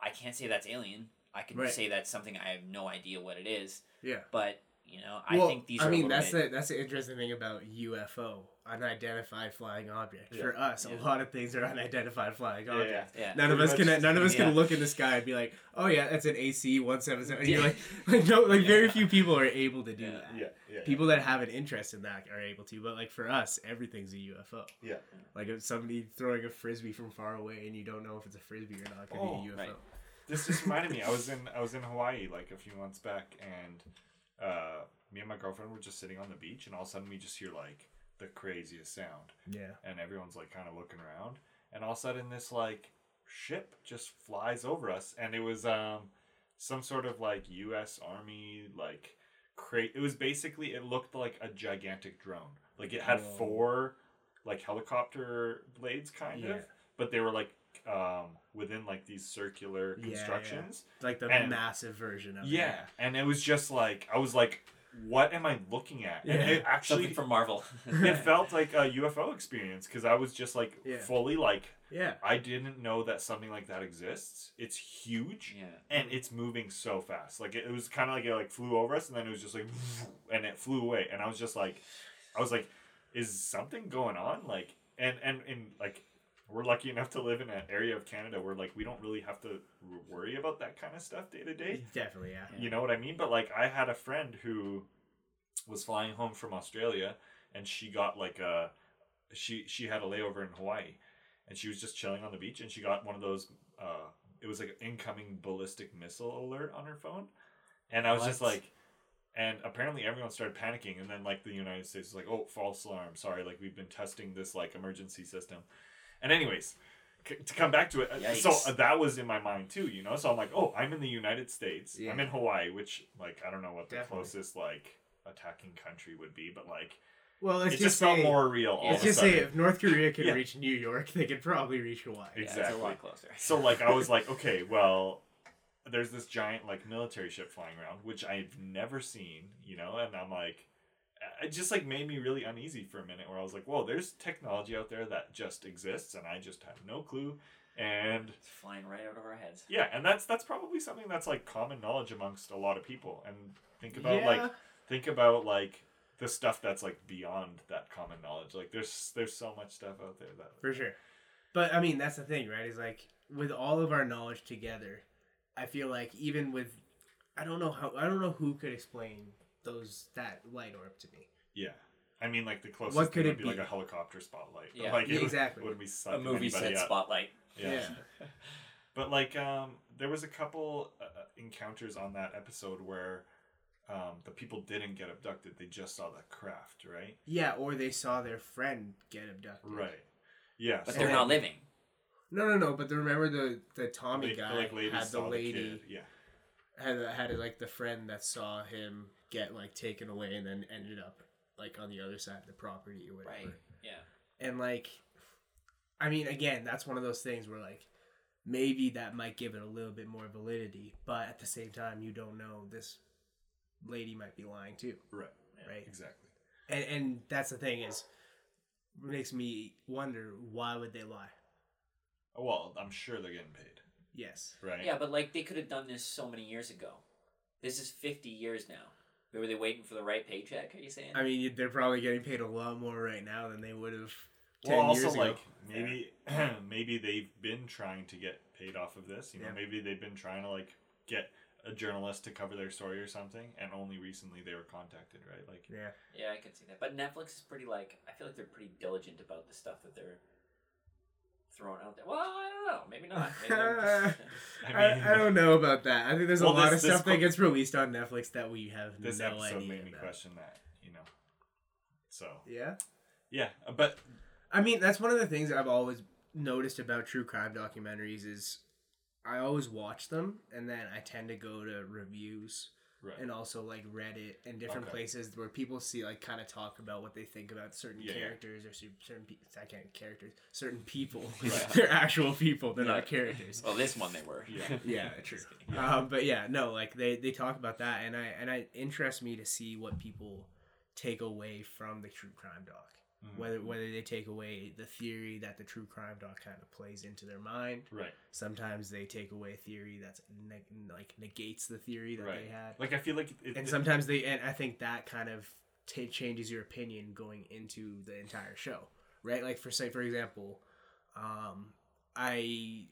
B: I can't say that's alien. I can
A: Right.
B: say that's something I have no idea what it is.
A: yeah
B: But you know, I think these.
A: I
B: are
A: mean,
B: a
A: that's
B: bit,
A: the that's the interesting thing about UFO, unidentified flying object.
C: Yeah.
A: For us,
B: Yeah.
A: a lot of things are unidentified flying
C: Yeah, yeah,
A: objects.
B: yeah.
A: None of
C: Pretty
A: us can
C: much-
A: none of us
B: yeah.
A: can look in the sky and be like, oh yeah, that's an AC one seven seven. You're
B: Yeah.
A: like, like no, like very
B: Yeah.
A: few people are able to do
B: Yeah.
A: that.
C: yeah, yeah.
A: People that have an interest in that are able to, but like for us, everything's a UFO.
C: Yeah.
A: Like if somebody throwing a frisbee from far away and you don't know if it's a frisbee or not, could
C: Oh,
A: be a UFO.
B: right.
C: This just reminded me. I was in I was in Hawaii like a few months back, and uh, me and my girlfriend were just sitting on the beach, and all of a sudden we just hear like the craziest sound,
A: Yeah.
C: and everyone's like kind of looking around, and all of a sudden this like ship just flies over us, and it was um some sort of like U.S. Army like cra It was basically it looked like a gigantic drone. Like it had
A: Whoa.
C: four like helicopter blades, kind of,
A: Yeah.
C: but they were like um, within like these
A: Yeah,
C: circular
A: yeah.
C: constructions.
A: like the
C: And-
A: massive version of it.
C: Yeah, and it was just like I was like, "What am I looking at?" And
A: Yeah.
C: it actually
B: Something from Marvel.
C: it felt like a UFO experience because I was just like
A: Yeah.
C: fully like
A: Yeah.
C: I didn't know that something like that exists. It's huge
B: yeah.
C: and it's moving so fast. Like it, it was kind of like it like flew over us and then it was just like and it flew away and I was just like I was like is something going on like and and and like we're lucky enough to live in an area of Canada where like we don't really have to worry about that kind of stuff day to day.
A: Definitely, yeah.
C: You know what I mean? But like I had a friend who was flying home from Australia and she got like a she she had a layover in Hawaii and she was just chilling on the beach and she got one of those uh it was like an incoming ballistic missile alert on her phone. And I was just
B: What?
C: like and apparently everyone started panicking and then like the United States was like, "Oh, false alarm. Sorry, like we've been testing this like emergency system." And anyways, c- to come back to it, uh, so
B: Yikes.
C: uh, that was in my mind too, you know. So I'm like, oh, I'm in the United States. I'm
A: Yeah.
C: in Hawaii, which like I don't know what the
A: Definitely.
C: closest like attacking country would be, but like
A: Well, let's
C: it
A: just
C: just felt
A: say-
C: more real. all
A: Let's
C: of a
A: just say
C: sudden.
A: if North Korea could
C: Yeah.
A: reach New York, they could probably reach Hawaii.
B: Yeah,
C: exactly.
B: It's a lot closer.
C: So like I was like, okay, well, there's this giant like military ship flying around, which I've never seen, you know, and I'm like, it just like made me really uneasy for a minute, where I was like, whoa, there's technology out there that just exists, and I just have no clue, and
B: It's flying right out of our heads.
C: yeah, and that's that's probably something that's like common knowledge amongst a lot of people, and think about like
A: Yeah.
C: think about like the stuff that's like beyond that common knowledge. Like there's there's so much stuff out there that
A: for sure. But I mean, that's the thing, right? Is like with all of our knowledge together, I feel like even with, I don't know how, I don't know who could explain those that light orb to me.
C: yeah. I mean, like the closest
A: What could
C: thing
A: it
C: would be, like
A: be?
C: a helicopter spotlight.
B: Yeah.
C: like,
A: Yeah,
C: would-
A: exactly.
C: It would be
B: A
C: something
B: movie set spotlight.
C: Yeah.
A: Yeah.
C: But like, um, there was a couple uh, encounters on that episode where um, the people didn't get abducted; they just saw the craft, right?
A: Yeah, or they saw their friend get abducted.
C: Right. Yeah.
B: But
C: so
B: they're
C: like,
B: not living.
A: No, no, no. But the, remember the the Tommy
C: they-
A: guy
C: like, ladies
A: had the
C: saw
A: lady
C: kid. Yeah.
A: had had like the friend that saw him get like taken away and then ended up like on the other side of the property or whatever.
B: Right. Yeah.
A: And like, I mean, again, that's one of those things where like maybe that might give it a little bit more validity, but at the same time, you don't know this lady might be lying too,
C: Right.
A: right?
C: Exactly.
A: And and that's the thing is it makes me wonder why would they lie?
C: Oh, well, I'm sure they're getting paid,
A: Yes.
C: right?
B: Yeah, but like they could have done this so many years ago. This is 50 years now. Were they waiting for the right paycheck? Are you saying?
A: I mean, they're probably getting paid a lot more right now than they would have 10
C: Well, also
A: years ago.
C: like maybe maybe they've been trying to get paid off of this. You know,
A: Yeah.
C: maybe they've been trying to like get a journalist to cover their story or something, and only recently they were contacted, right? Like,
A: yeah.
B: yeah, I can see that. But Netflix is pretty like I feel like they're pretty diligent about the stuff that they're throwing out there. Well, I don't know. Maybe not. Maybe I'm just-
C: I
A: I,
C: mean,
A: I don't know about that. I think there's
C: Well,
A: a lot
C: this-
A: of
C: this
A: stuff that
C: que-
A: gets released on Netflix that we have
C: this
A: no
C: episode
A: idea
C: made me
A: about.
C: question that. You know, so
A: Yeah,
C: yeah, uh, but
A: I mean that's one of the things I've always noticed about true crime documentaries is I always watch them and then I tend to go to reviews
C: right,
A: and also like Reddit and different
C: Okay.
A: places where people see like kind of talk about what they think about certain
C: Yeah, yeah.
A: characters or cer- certain pe- I can't characters certain people.
C: Right.
A: They're actual people. They're
B: Yeah.
A: not characters.
B: well, this one they were.
C: Yeah.
A: yeah, true. Um, but yeah, no, like they they talk about that, and I and I it interests me to see what people take away from the true crime doc.
C: Mhm.
A: Whether whether they take away the theory that the true crime doc kind of plays into their mind.
C: right,
A: Sometimes they take away a theory that's neg- like negates the theory that
C: right.
A: they had,
C: Like I feel like it,
A: and
C: it-
A: sometimes they and I think that kind of ta changes your opinion going into the entire show, right? Like for say for example, um, I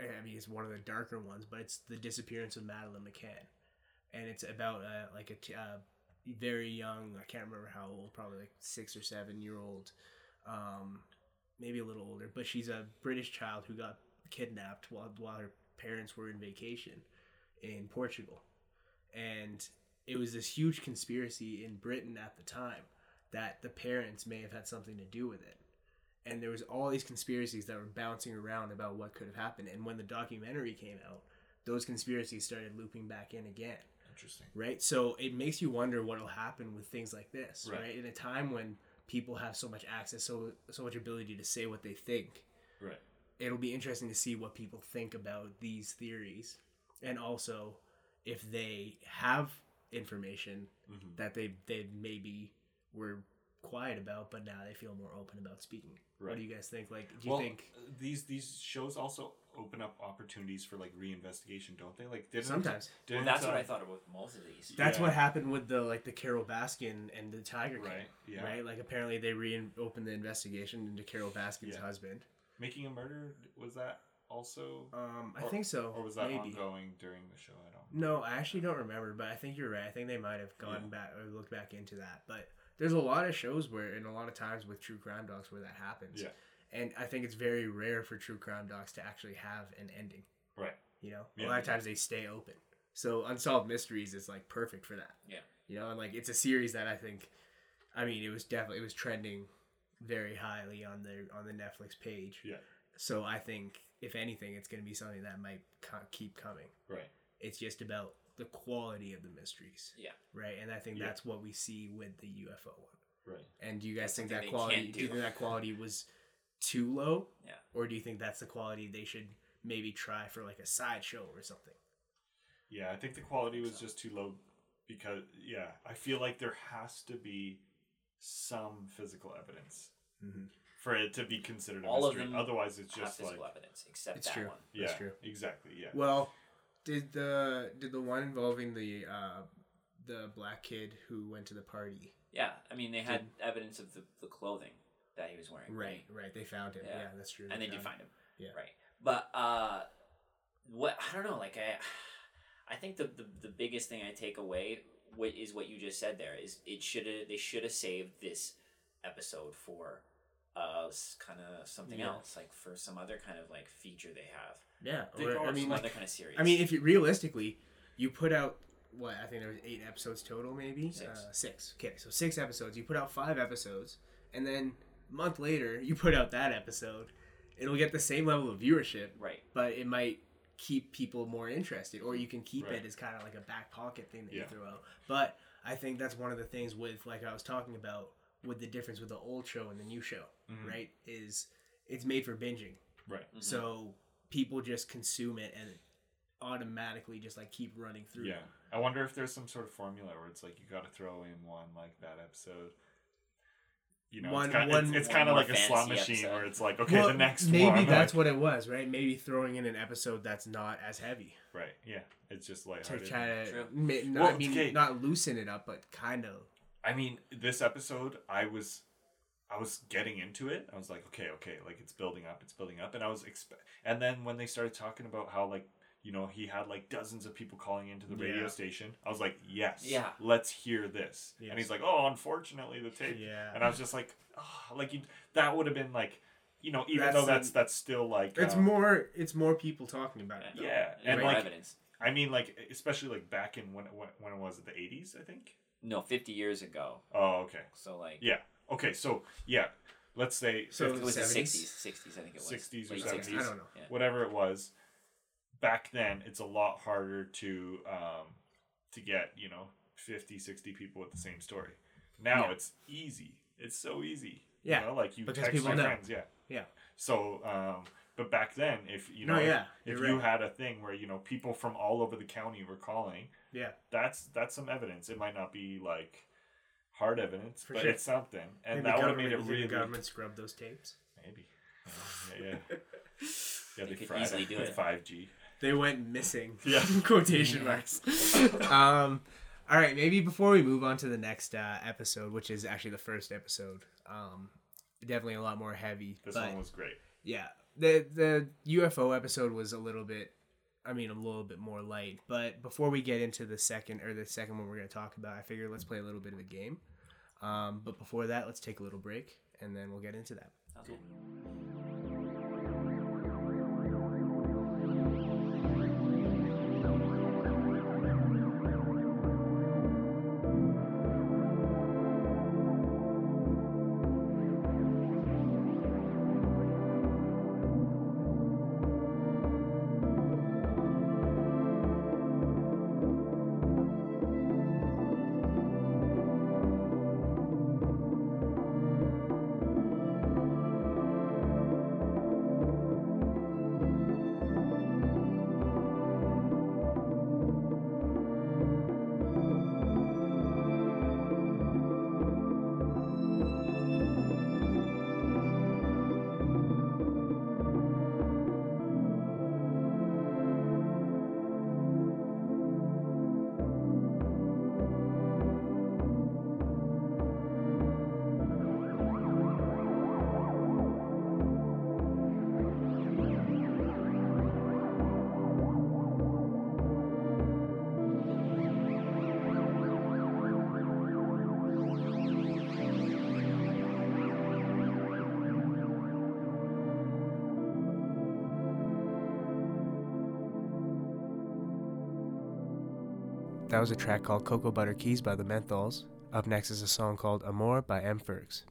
A: I mean it's one of the darker ones, but it's the disappearance of Madeline McCann, and it's about uh, like a t- uh, very young I can't remember how old, probably like six or seven year old, um, maybe a little older, but she's a British child who got kidnapped while while her parents were in vacation in Portugal, and it was this huge conspiracy in Britain at the time that the parents may have had something to do with it. And there was all these conspiracies that were bouncing around about what could have happened. And when the documentary came out, those conspiracies started looping back in again.
C: Interesting.
A: right? So it makes you wonder what'll happen with things like this,
C: Right.
A: right? In a time when people have so much access, so so much ability to say what they think,
C: Right.
A: it'll be interesting to see what people think about these theories, and also if they have information
C: Mhm.
A: that they they maybe were quiet about, but now they feel more open about speaking.
C: Right.
A: What do you guys think? Like, do you
C: well,
A: think
C: uh, these these shows also open up opportunities for like reinvestigation, don't they? Like didn't
A: sometimes?
B: Well,
C: didn't,
B: that's what
C: uh,
B: I thought about most of these.
A: That's
C: yeah,
A: what happened with the like the Carol Baskin and the Tiger King.
C: Right. Yeah.
A: right? Like apparently they reopened the investigation into Carol Baskin's
C: Yeah.
A: husband.
C: Making a murder was that also,
A: Um, I
C: Or-
A: think so.
C: or was that
A: maybe?
C: ongoing during the show? I don't.
A: No, I actually don't remember, but I think you're right. I think they might have gone
C: Yeah.
A: back or looked back into that. But there's a lot of shows where, and a lot of times with true crime docs, where that happens.
C: Yeah.
A: And I think it's very rare for true crime docs to actually have an ending.
C: Right.
A: You know, a
C: Yeah.
A: lot of times they stay open. So unsolved mysteries is like perfect for that.
B: Yeah.
A: You know, and like it's a series that I think, I mean, it was definitely it was trending very highly on the on the Netflix page.
C: Yeah.
A: So I think if anything, it's going to be something that might co- keep coming.
C: Right.
A: It's just about the quality of the mysteries,
B: Yeah.
A: right? And I think
C: Yeah.
A: that's what we see with the UFO one.
C: Right.
A: And do you guys
B: That's
A: think
B: something
A: that
B: they
A: quality?
B: can't
A: Do you
B: do.
A: think that quality was too low?
B: Yeah.
A: Or do you think that's the quality they should maybe try for like a sideshow or something?
C: Yeah, I think the quality was
B: So.
C: just too low because yeah, I feel like there has to be some physical evidence
A: Mhm.
C: for it to be considered a
B: All of
C: mystery.
B: them
C: Otherwise, it's
B: Have
C: just like
B: physical evidence, except
A: It's
B: that
A: true.
B: one.
C: yeah,
A: That's true.
C: exactly, yeah.
A: Well, did the did the one involving the uh, the black kid who went to the party?
B: Yeah, I mean they had evidence of the, the clothing that he was wearing.
A: Right, right. They found him.
B: Yeah.
A: Yeah, that's true.
B: and they did
A: found him.
B: find him.
A: Yeah.
B: Right. But uh, what I don't know, like I, I think the, the the biggest thing I take away what is what you just said there is it should have they should have saved this episode for uh kind of something
A: Yeah.
B: else like for some other kind of like feature they have
A: Yeah,
C: They
A: or,
C: are
A: I mean,
B: some
A: like,
B: other kind of series
A: I mean, if you realistically, you put out what I think there was eight episodes total, maybe
B: Six.
A: Uh, six. Okay, so six episodes. You put out five episodes, and then a month later, you put out that episode. It'll get the same level of viewership,
B: right
A: but it might keep people more interested, or you can keep
C: Right.
A: it as kind of like a back pocket thing that
C: Yeah.
A: you throw out. But I think that's one of the things with like I was talking about with the difference with the old show and the new show,
C: Mhm.
A: right? Is it's made for binging.
C: Right.
B: Mhm.
A: So people just consume it and automatically just like keep running through.
C: Yeah. I wonder if there's some sort of formula where it's like you got to throw in one like that episode. You know,
A: One-
C: it's kind,
A: one-
C: it's, it's
B: one
C: kind of
B: more
C: like a slot
B: fantasy
C: machine
B: episode.
C: where it's like, okay,
A: Well,
C: the next
A: maybe
C: one.
A: that's what it was, right? Maybe throwing in an episode that's not as heavy
C: what. Right. Yeah. It's just
A: to
C: lighthearted.
A: try to,
B: True.
A: ma- not,
C: Well,
A: I mean,
C: okay.
A: not loosen it up, but kind of.
C: I mean, this episode, I was, I was getting into it. I was like, okay, okay, like it's building up, it's building up, and I was expe- And then when they started talking about how like, you know, he had like dozens of people calling into the radio
A: Yeah.
C: station, I was like, yes,
B: Yeah.
C: let's hear this.
A: Yes.
C: And he's like, oh, unfortunately, the tape.
A: Yeah.
C: And I was just like, oh, like you, that would have been like, you know, even
A: That's
C: though
A: the-
C: that's that's still like,
A: It's
C: um,
A: more. It's more people talking about it.
C: Yeah. and,
B: more
C: like-
B: evidence
C: I mean, like especially like back in when when, when was it the eighties? I think.
B: no 50 years ago
C: Oh, okay.
B: so like
C: Yeah. Okay, so yeah, let's say
A: So
B: it was the
A: 70s?
B: 60s 60s i think it was
C: 60s or
B: Late
A: Though.
C: Yeah.
A: I don't know.
B: Yeah.
C: whatever it was back then it's a lot harder to um to get you know 50 60 people with the same story now
A: Yeah.
C: it's easy it's so easy
A: Yeah,
C: you know, like you
A: because
C: text
A: people
C: your
A: know.
C: friends yeah
A: Yeah.
C: so um but back then if you know
A: No,
C: if-
A: yeah,
C: if,
A: you're
C: you
A: right.
C: had a thing where you know people from all over the county were calling
A: Yeah.
C: that's that's some evidence it might not be like hard evidence
A: For
C: but
A: sure.
C: it's something
A: Maybe
C: and that would have
A: government-
C: made it
A: do you think
C: really
A: the government scrub those tapes.
C: maybe yeah yeah, yeah
B: They could
C: fried
B: easily
C: it
B: do
C: with
B: it.
C: 5g
A: They went missing.
C: Yeah.
A: Quotation marks. um, all right. Maybe before we move on to the next uh, episode, which is actually the first episode, um, definitely a lot more heavy.
C: This
A: but
C: one was great.
A: yeah, the the UFO episode was a little bit, I mean, a little bit more light. But before we get into the second or the second one we're going to talk about, I figure let's play a little bit of a game. Um, but before that, let's take a little break and then we'll get into that.
B: Sounds good.
A: That was a track called Cocoa Butter Keys by the Menthols. Up next is a song called Amor by M. Fergs.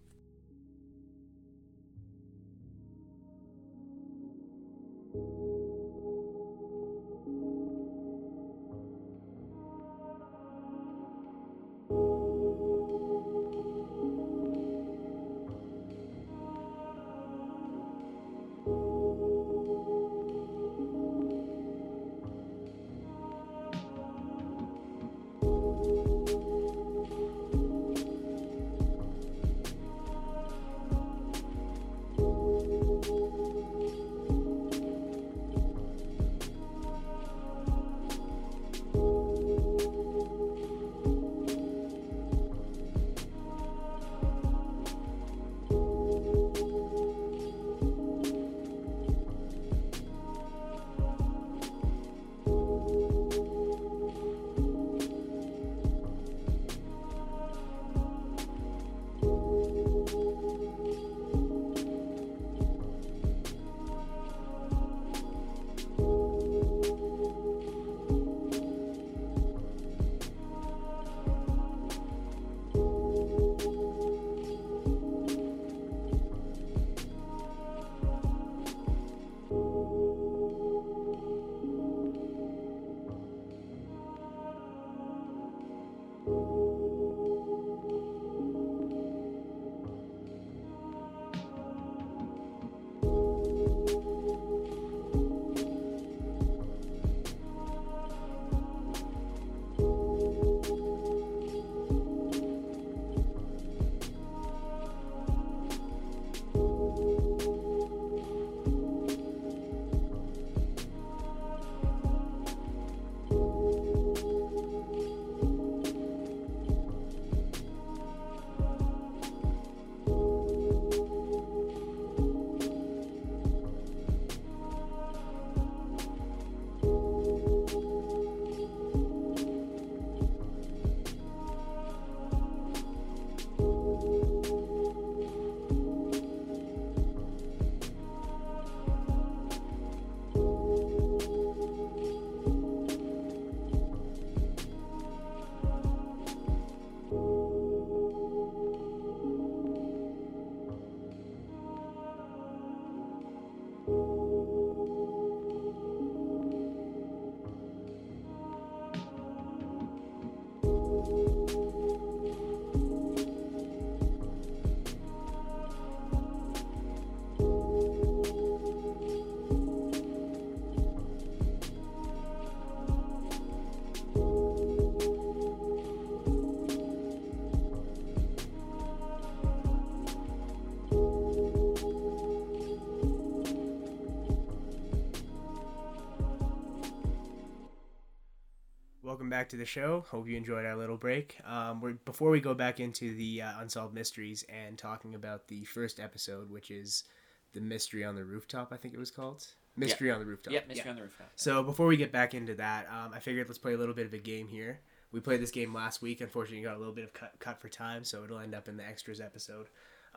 A: Welcome back to the show. Hope you enjoyed our little break. Um, we're, before we go back into the uh, unsolved mysteries and talking about the first episode, which is the mystery on the rooftop, I think it was called. Mystery on the rooftop.
B: Yep, Mystery on the Rooftop.
A: So before we get back into that, um, I figured let's play a little bit of a game here. We played this game last week. Unfortunately, got a little bit of cut, cut for time, so it'll end up in the extras episode.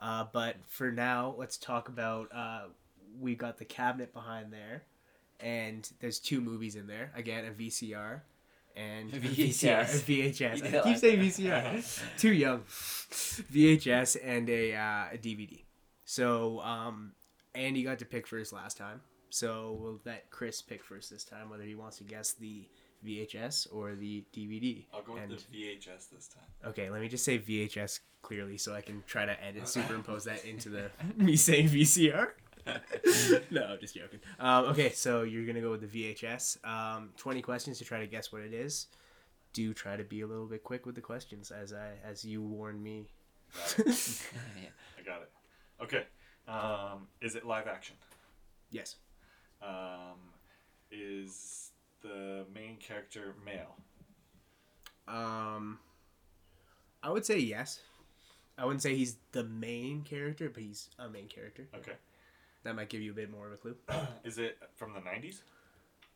A: Uh, but for now, let's talk about. Uh, we got the cabinet behind there, and there's two movies in there. Again, a VCR and
B: A VHS.
A: a VHS.
B: You did
A: I
B: it
A: keep
B: last
A: saying
B: time.
A: VCR. Too young. VHS and a, uh, a DVD. So um, Andy got to pick first last time. So we'll let Chris pick first this time whether he wants to guess the VHS or the DVD.
C: I'll go
A: And-
C: with the VHS this time.
A: Okay, let me just say VHS clearly so I can try to edit superimpose that into the me saying VCR. no, I'm just joking. Um, okay, so you're gonna go with the VHS. Um, Twenty questions to try to guess what it is. Do try to be a little bit quick with the questions, as I as you warned me.
B: Yeah.
C: I got it. Okay. Um, is it live action?
A: yes.
C: Um, is the main character male?
A: Um, I would say yes. I wouldn't say he's the main character, but he's a main character.
C: Okay.
A: That might give you a bit more of a clue.
B: Uh,
C: Is it from the 90s?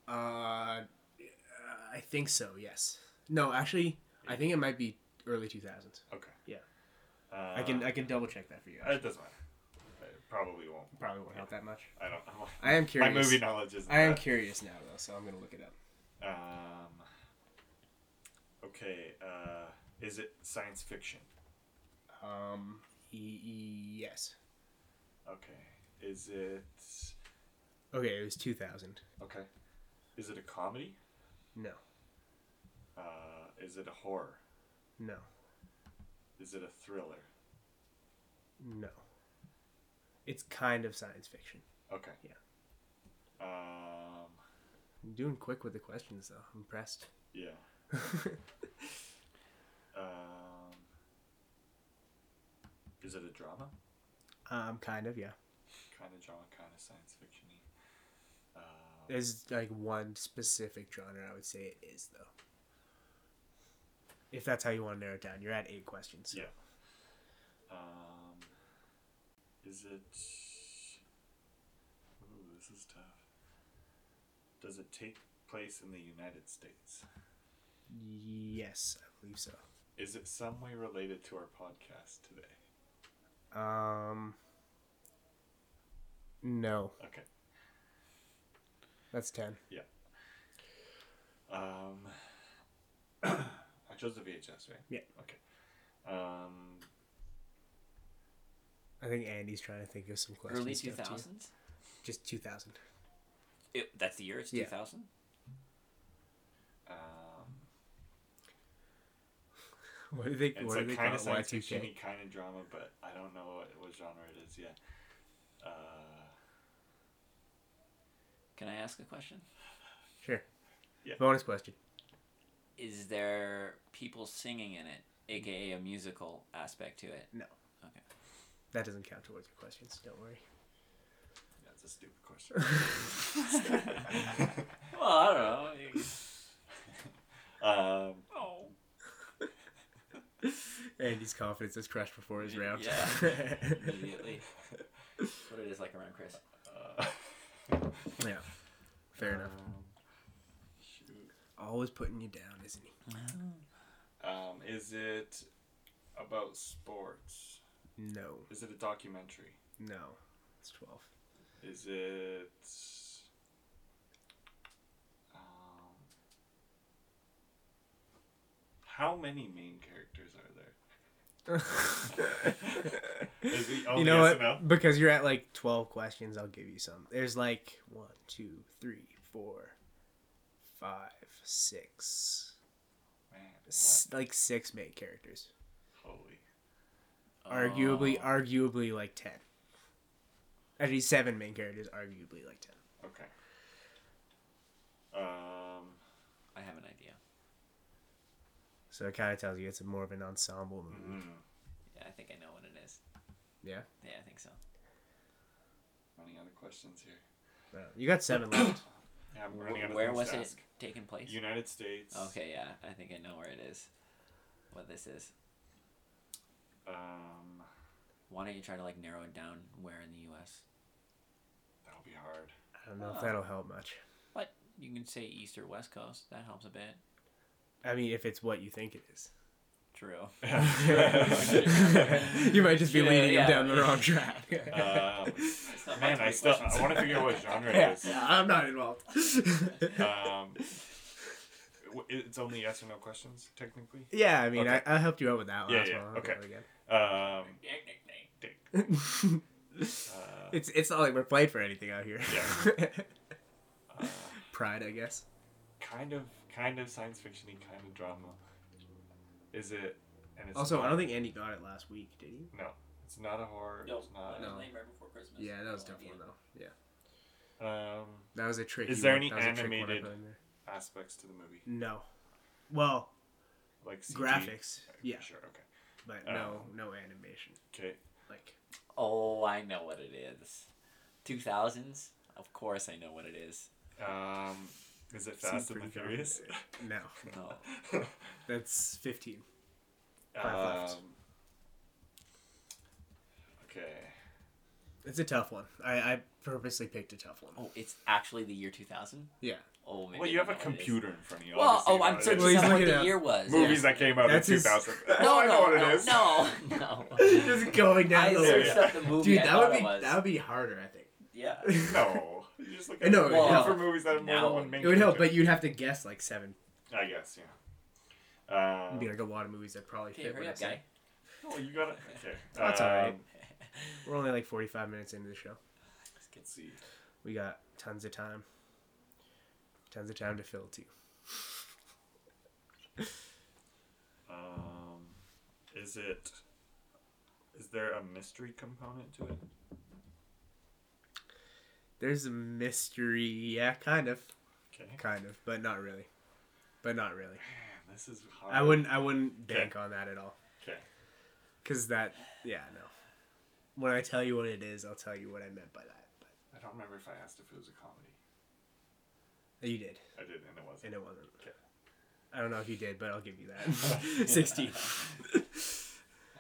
A: Uh, I think so. Yes. No, actually, I think it might be early 2000s.
C: Okay.
A: Yeah.
C: Uh,
A: I can I can double check that for you.
C: It doesn't matter. It probably won't.
A: Probably won't help that much.
C: I don't know.
A: I am curious.
C: My movie knowledge is.
A: I am curious now though, so I'm gonna look it up.
C: Um, Okay, uh, is it science fiction?
A: Um, y- y- yes.
C: Okay, is it
A: Okay, it was 2000.
C: okay? Is it a comedy?
A: No,
C: Uh, is it a horror?
A: no,
C: Is it a thriller?
A: no. It's kind of science fiction.
C: Okay.
A: Yeah.
C: Um.
A: I'm doing quick with the questions, though. I'm impressed.
C: Yeah. Um. Is it a drama?
A: um, kind of, yeah.
C: Kind of drama, kind of science fiction-y. Uh,
A: There's like one specific genre I would say it is, though. If that's how you want to narrow it down, you're at eight questions.
C: Yeah. um. Is it? Ooh, this is tough. Does it take place in the United States?
A: Yes, I believe so.
C: Is it some way related to our podcast today?
A: Um, no,
C: Okay.
A: that's 10.
C: Um, I chose the VHS, right?
A: Yeah.
C: Okay. Um,
A: I think Andy's trying to think of some questions.
B: Early
A: still,
B: two
A: too.
B: thousands.
A: Just 2000.
B: That's the year. It's
A: Yeah.
B: two thousand.
C: um,
A: What do they,
C: it's
A: what do
C: like
A: they
C: kind
A: call it?
C: of science
A: Y2K?
C: fiction kind of drama, but I don't know what, what genre it is yet. Uh,
B: Can I ask a question?
A: Sure.
C: Yeah.
A: Bonus question.
B: Is there people singing in it, aka a musical aspect to it?
A: No.
B: Okay.
A: That doesn't count towards your questions. Don't worry.
C: that's a stupid question.
B: Well, I don't know. You-
C: um,
B: Oh.
A: Andy's confidence is crushed before his round.
B: Yeah. Immediately. what it is like around Chris.
C: uh,
A: Yeah.
B: Uh,
A: Fair enough.
C: um, shoot.
A: Always putting you down, isn't he?
B: Oh,
C: Um, is it about sports?
A: No.
C: Is it a documentary?
A: No. It's 12.
C: Is it? Um, how many main characters are there? Is it only
A: you know what?
C: yes and no?
A: Because you're at like 12 questions, I'll give you some. There's like one, two, three, four, five, six,
C: Man,
A: s- like six main characters.
C: what? Holy.
A: Arguably,
B: Oh.
A: arguably like 10. Actually, seven main characters, arguably like 10.
C: Okay. Um.
B: I have an idea.
A: So it kind of tells you it's more of an ensemble movie.
C: mm,
B: Yeah, I think I know what it is.
A: Yeah.
B: Yeah, I think so.
C: running out of questions here.
A: Well, You got seven left.
C: Yeah, I'm running out
B: Where,
C: of
B: where
C: things
B: was
C: to
B: it
C: ask.
B: taking place?
C: United States.
B: Okay, yeah, I think I know where it is. What this is.
C: Um.
B: Why don't you try to like narrow it down where in the U.S.
C: That'll be hard.
A: I don't know
C: Ah.
A: if
B: Oh.
A: that'll help much.
B: But you can say East or West Coast. That helps a bit.
A: I mean, if it's what you think it is.
B: True.
A: you might just be
B: Yeah,
A: leading
B: yeah.
A: him down the wrong track.
C: Um,
B: It's not
C: man,
B: my
C: I still I
B: questions.
C: want to figure out what genre it
A: Yeah,
C: is.
A: yeah, I'm not involved.
C: Um, w- it's only yes or no questions technically.
A: yeah, I mean,
C: Okay.
A: I, I helped you out with that one
C: Yeah,
A: as
C: yeah,
A: well. I'll
C: okay.
A: go again.
C: Um, uh,
A: it's it's not like we're played for anything out here.
C: uh,
A: Pride, I guess.
C: kind of, kind of science fictiony, kind of drama. Is it? And it's
A: Also,
C: not,
A: I don't think Andy got it last week, did he?
C: No, it's not a horror.
B: No,
C: it's not.
A: No.
B: Right before Christmas.
A: Yeah, that was a
B: No
A: tough
B: idea.
A: one though. Yeah,
C: Um,
A: that was a tricky.
C: Is there
A: one.
C: any
A: that was a trick one I
C: animated-
A: put in there.
C: aspects to the movie,
A: No. Well,
C: like CG?
A: graphics,
C: Okay,
A: yeah,
C: Sure. Okay.
A: but
C: Uh,
A: no, no animation.
C: Okay.
A: Like,
B: Oh, I know what it is. Two thousands. Of course, I know what it is.
C: Um, is it
A: Seems
C: Fast and the
A: pretty
C: Furious?
A: no,
B: No.
A: that's fifteen. Five left.
C: um, okay.
A: It's a tough one. I, I purposely picked a tough one.
B: Oh, it's actually the year two thousand.
A: Yeah,
B: Oh, maybe
C: Well,
B: I
C: you have
B: know
C: a
B: what it is.
C: computer in front of you.
B: Well,
C: obviously,
B: oh,
C: you
B: I'm
C: know
A: searching
C: what it
A: Well,
B: searching
C: is.
A: he's
B: out what
A: looking
B: the
A: up
B: year was.
C: movies
B: yeah.
C: that came out
A: That's
C: in
A: his-
C: 2000.
B: No,
C: Oh, I know
B: no,
C: what
B: no,
C: it is.
B: no, no.
A: just going down
B: I
A: the
C: there,
A: list.
B: searched
C: yeah.
B: up the movie.
A: Dude,
B: I
A: that
B: thought
A: would
B: it
A: be
B: was.
A: that would be harder, I think.
B: Yeah.
C: No, you just look
A: No, it would
C: looking
B: help.
C: for movies that have more
B: No.
C: than one main.
A: It would help,
C: character.
A: but you'd have to guess like seven.
C: I guess yeah. Um,
A: Be like a lot of movies that probably
B: Okay,
A: fit what
B: hurry
A: I'm
B: up,
A: saying.
B: guy.
C: oh, you got it. Okay.
A: That's all right.
C: Um,
A: We're only like 45 minutes into the show.
C: Let's see.
A: We got tons of time. Tons of time to fill too.
C: Um, is it? Is there a mystery component to it?
A: There's a mystery, yeah, kind of,
C: Okay.
A: kind of, but not really, but not really.
C: Man, this is hard.
A: I wouldn't, I wouldn't
C: Okay.
A: bank on that at all,
C: Okay.
A: cause that, yeah, no. When I tell you what it is, I'll tell you what I meant by that. But
C: I don't remember if I asked if it was a comedy.
A: you did,
C: I did, and it wasn't.
A: and it wasn't.
C: Okay.
A: I don't know if you did, but I'll give you that. Sixteen.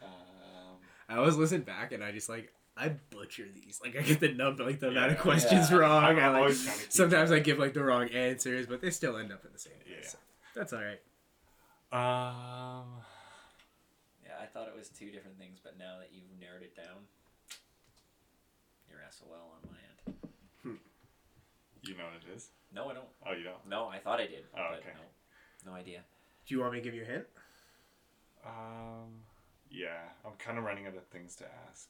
C: Um,
A: I always listen back, and I just like I butcher these. Like I get the number, like the amount of
C: Yeah.
A: questions
B: Yeah.
A: wrong.
C: I'm
A: I, like,
C: always trying to keep
A: sometimes
C: track.
A: I give like the wrong answers, but they still end up in the same.
C: Yeah.
A: place. that's all right.
C: um,
B: Yeah, I thought it was two different things, but now that you've narrowed it down, you're SOL on my end.
C: you know what it is?
B: No, I don't.
C: Oh, you don't.
B: No, I thought I did.
C: Oh,
B: but
C: okay.
B: No, no idea.
A: Do you want me to give you a hint?
C: Um, yeah, I'm kind of running out of things to ask.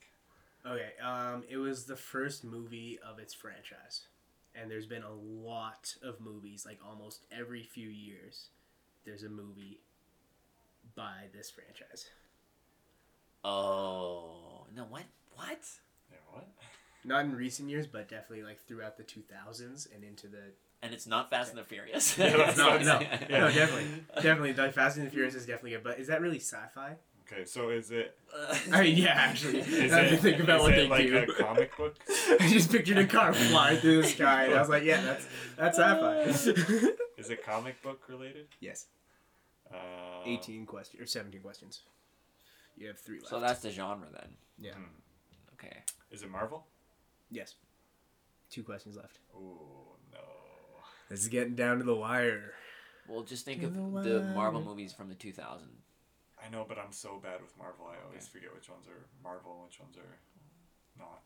A: Okay, um, it was the first movie of its franchise, and there's been a lot of movies. Like almost every few years, there's a movie by this franchise.
B: Oh no! What? What?
C: Yeah, what?
A: Not in recent years, but definitely like throughout the 2000s and into the
B: And it's not Fast and the Furious.
C: Yeah, that's
A: no,
C: not-
A: no,
C: yeah.
A: no, definitely, definitely. The Fast and the Furious is definitely good, but is that really sci-fi?
C: Okay, so is it?
A: I mean, yeah, actually.
C: Is
A: I have
C: it,
A: to think about
C: is
A: what
C: it
A: they
C: like
A: do.
C: a comic book?
A: I just pictured a car flying through the sky, and I was like, yeah, that's that's sci-fi.
C: Is it comic book related?
A: yes,
C: Um,
A: 18 questions or 17 questions. You have three left.
B: So that's the genre then.
A: yeah.
C: hmm.
B: Okay.
C: Is it Marvel?
A: Yes, two questions left.
C: Oh no.
A: This is getting down to the wire.
B: Well, just think
A: You
B: of
A: know
B: the
A: what?
B: Marvel movies from the 2000.
C: I know, but I'm so bad with Marvel. I always
B: Okay.
C: forget which ones are Marvel, and which ones are not.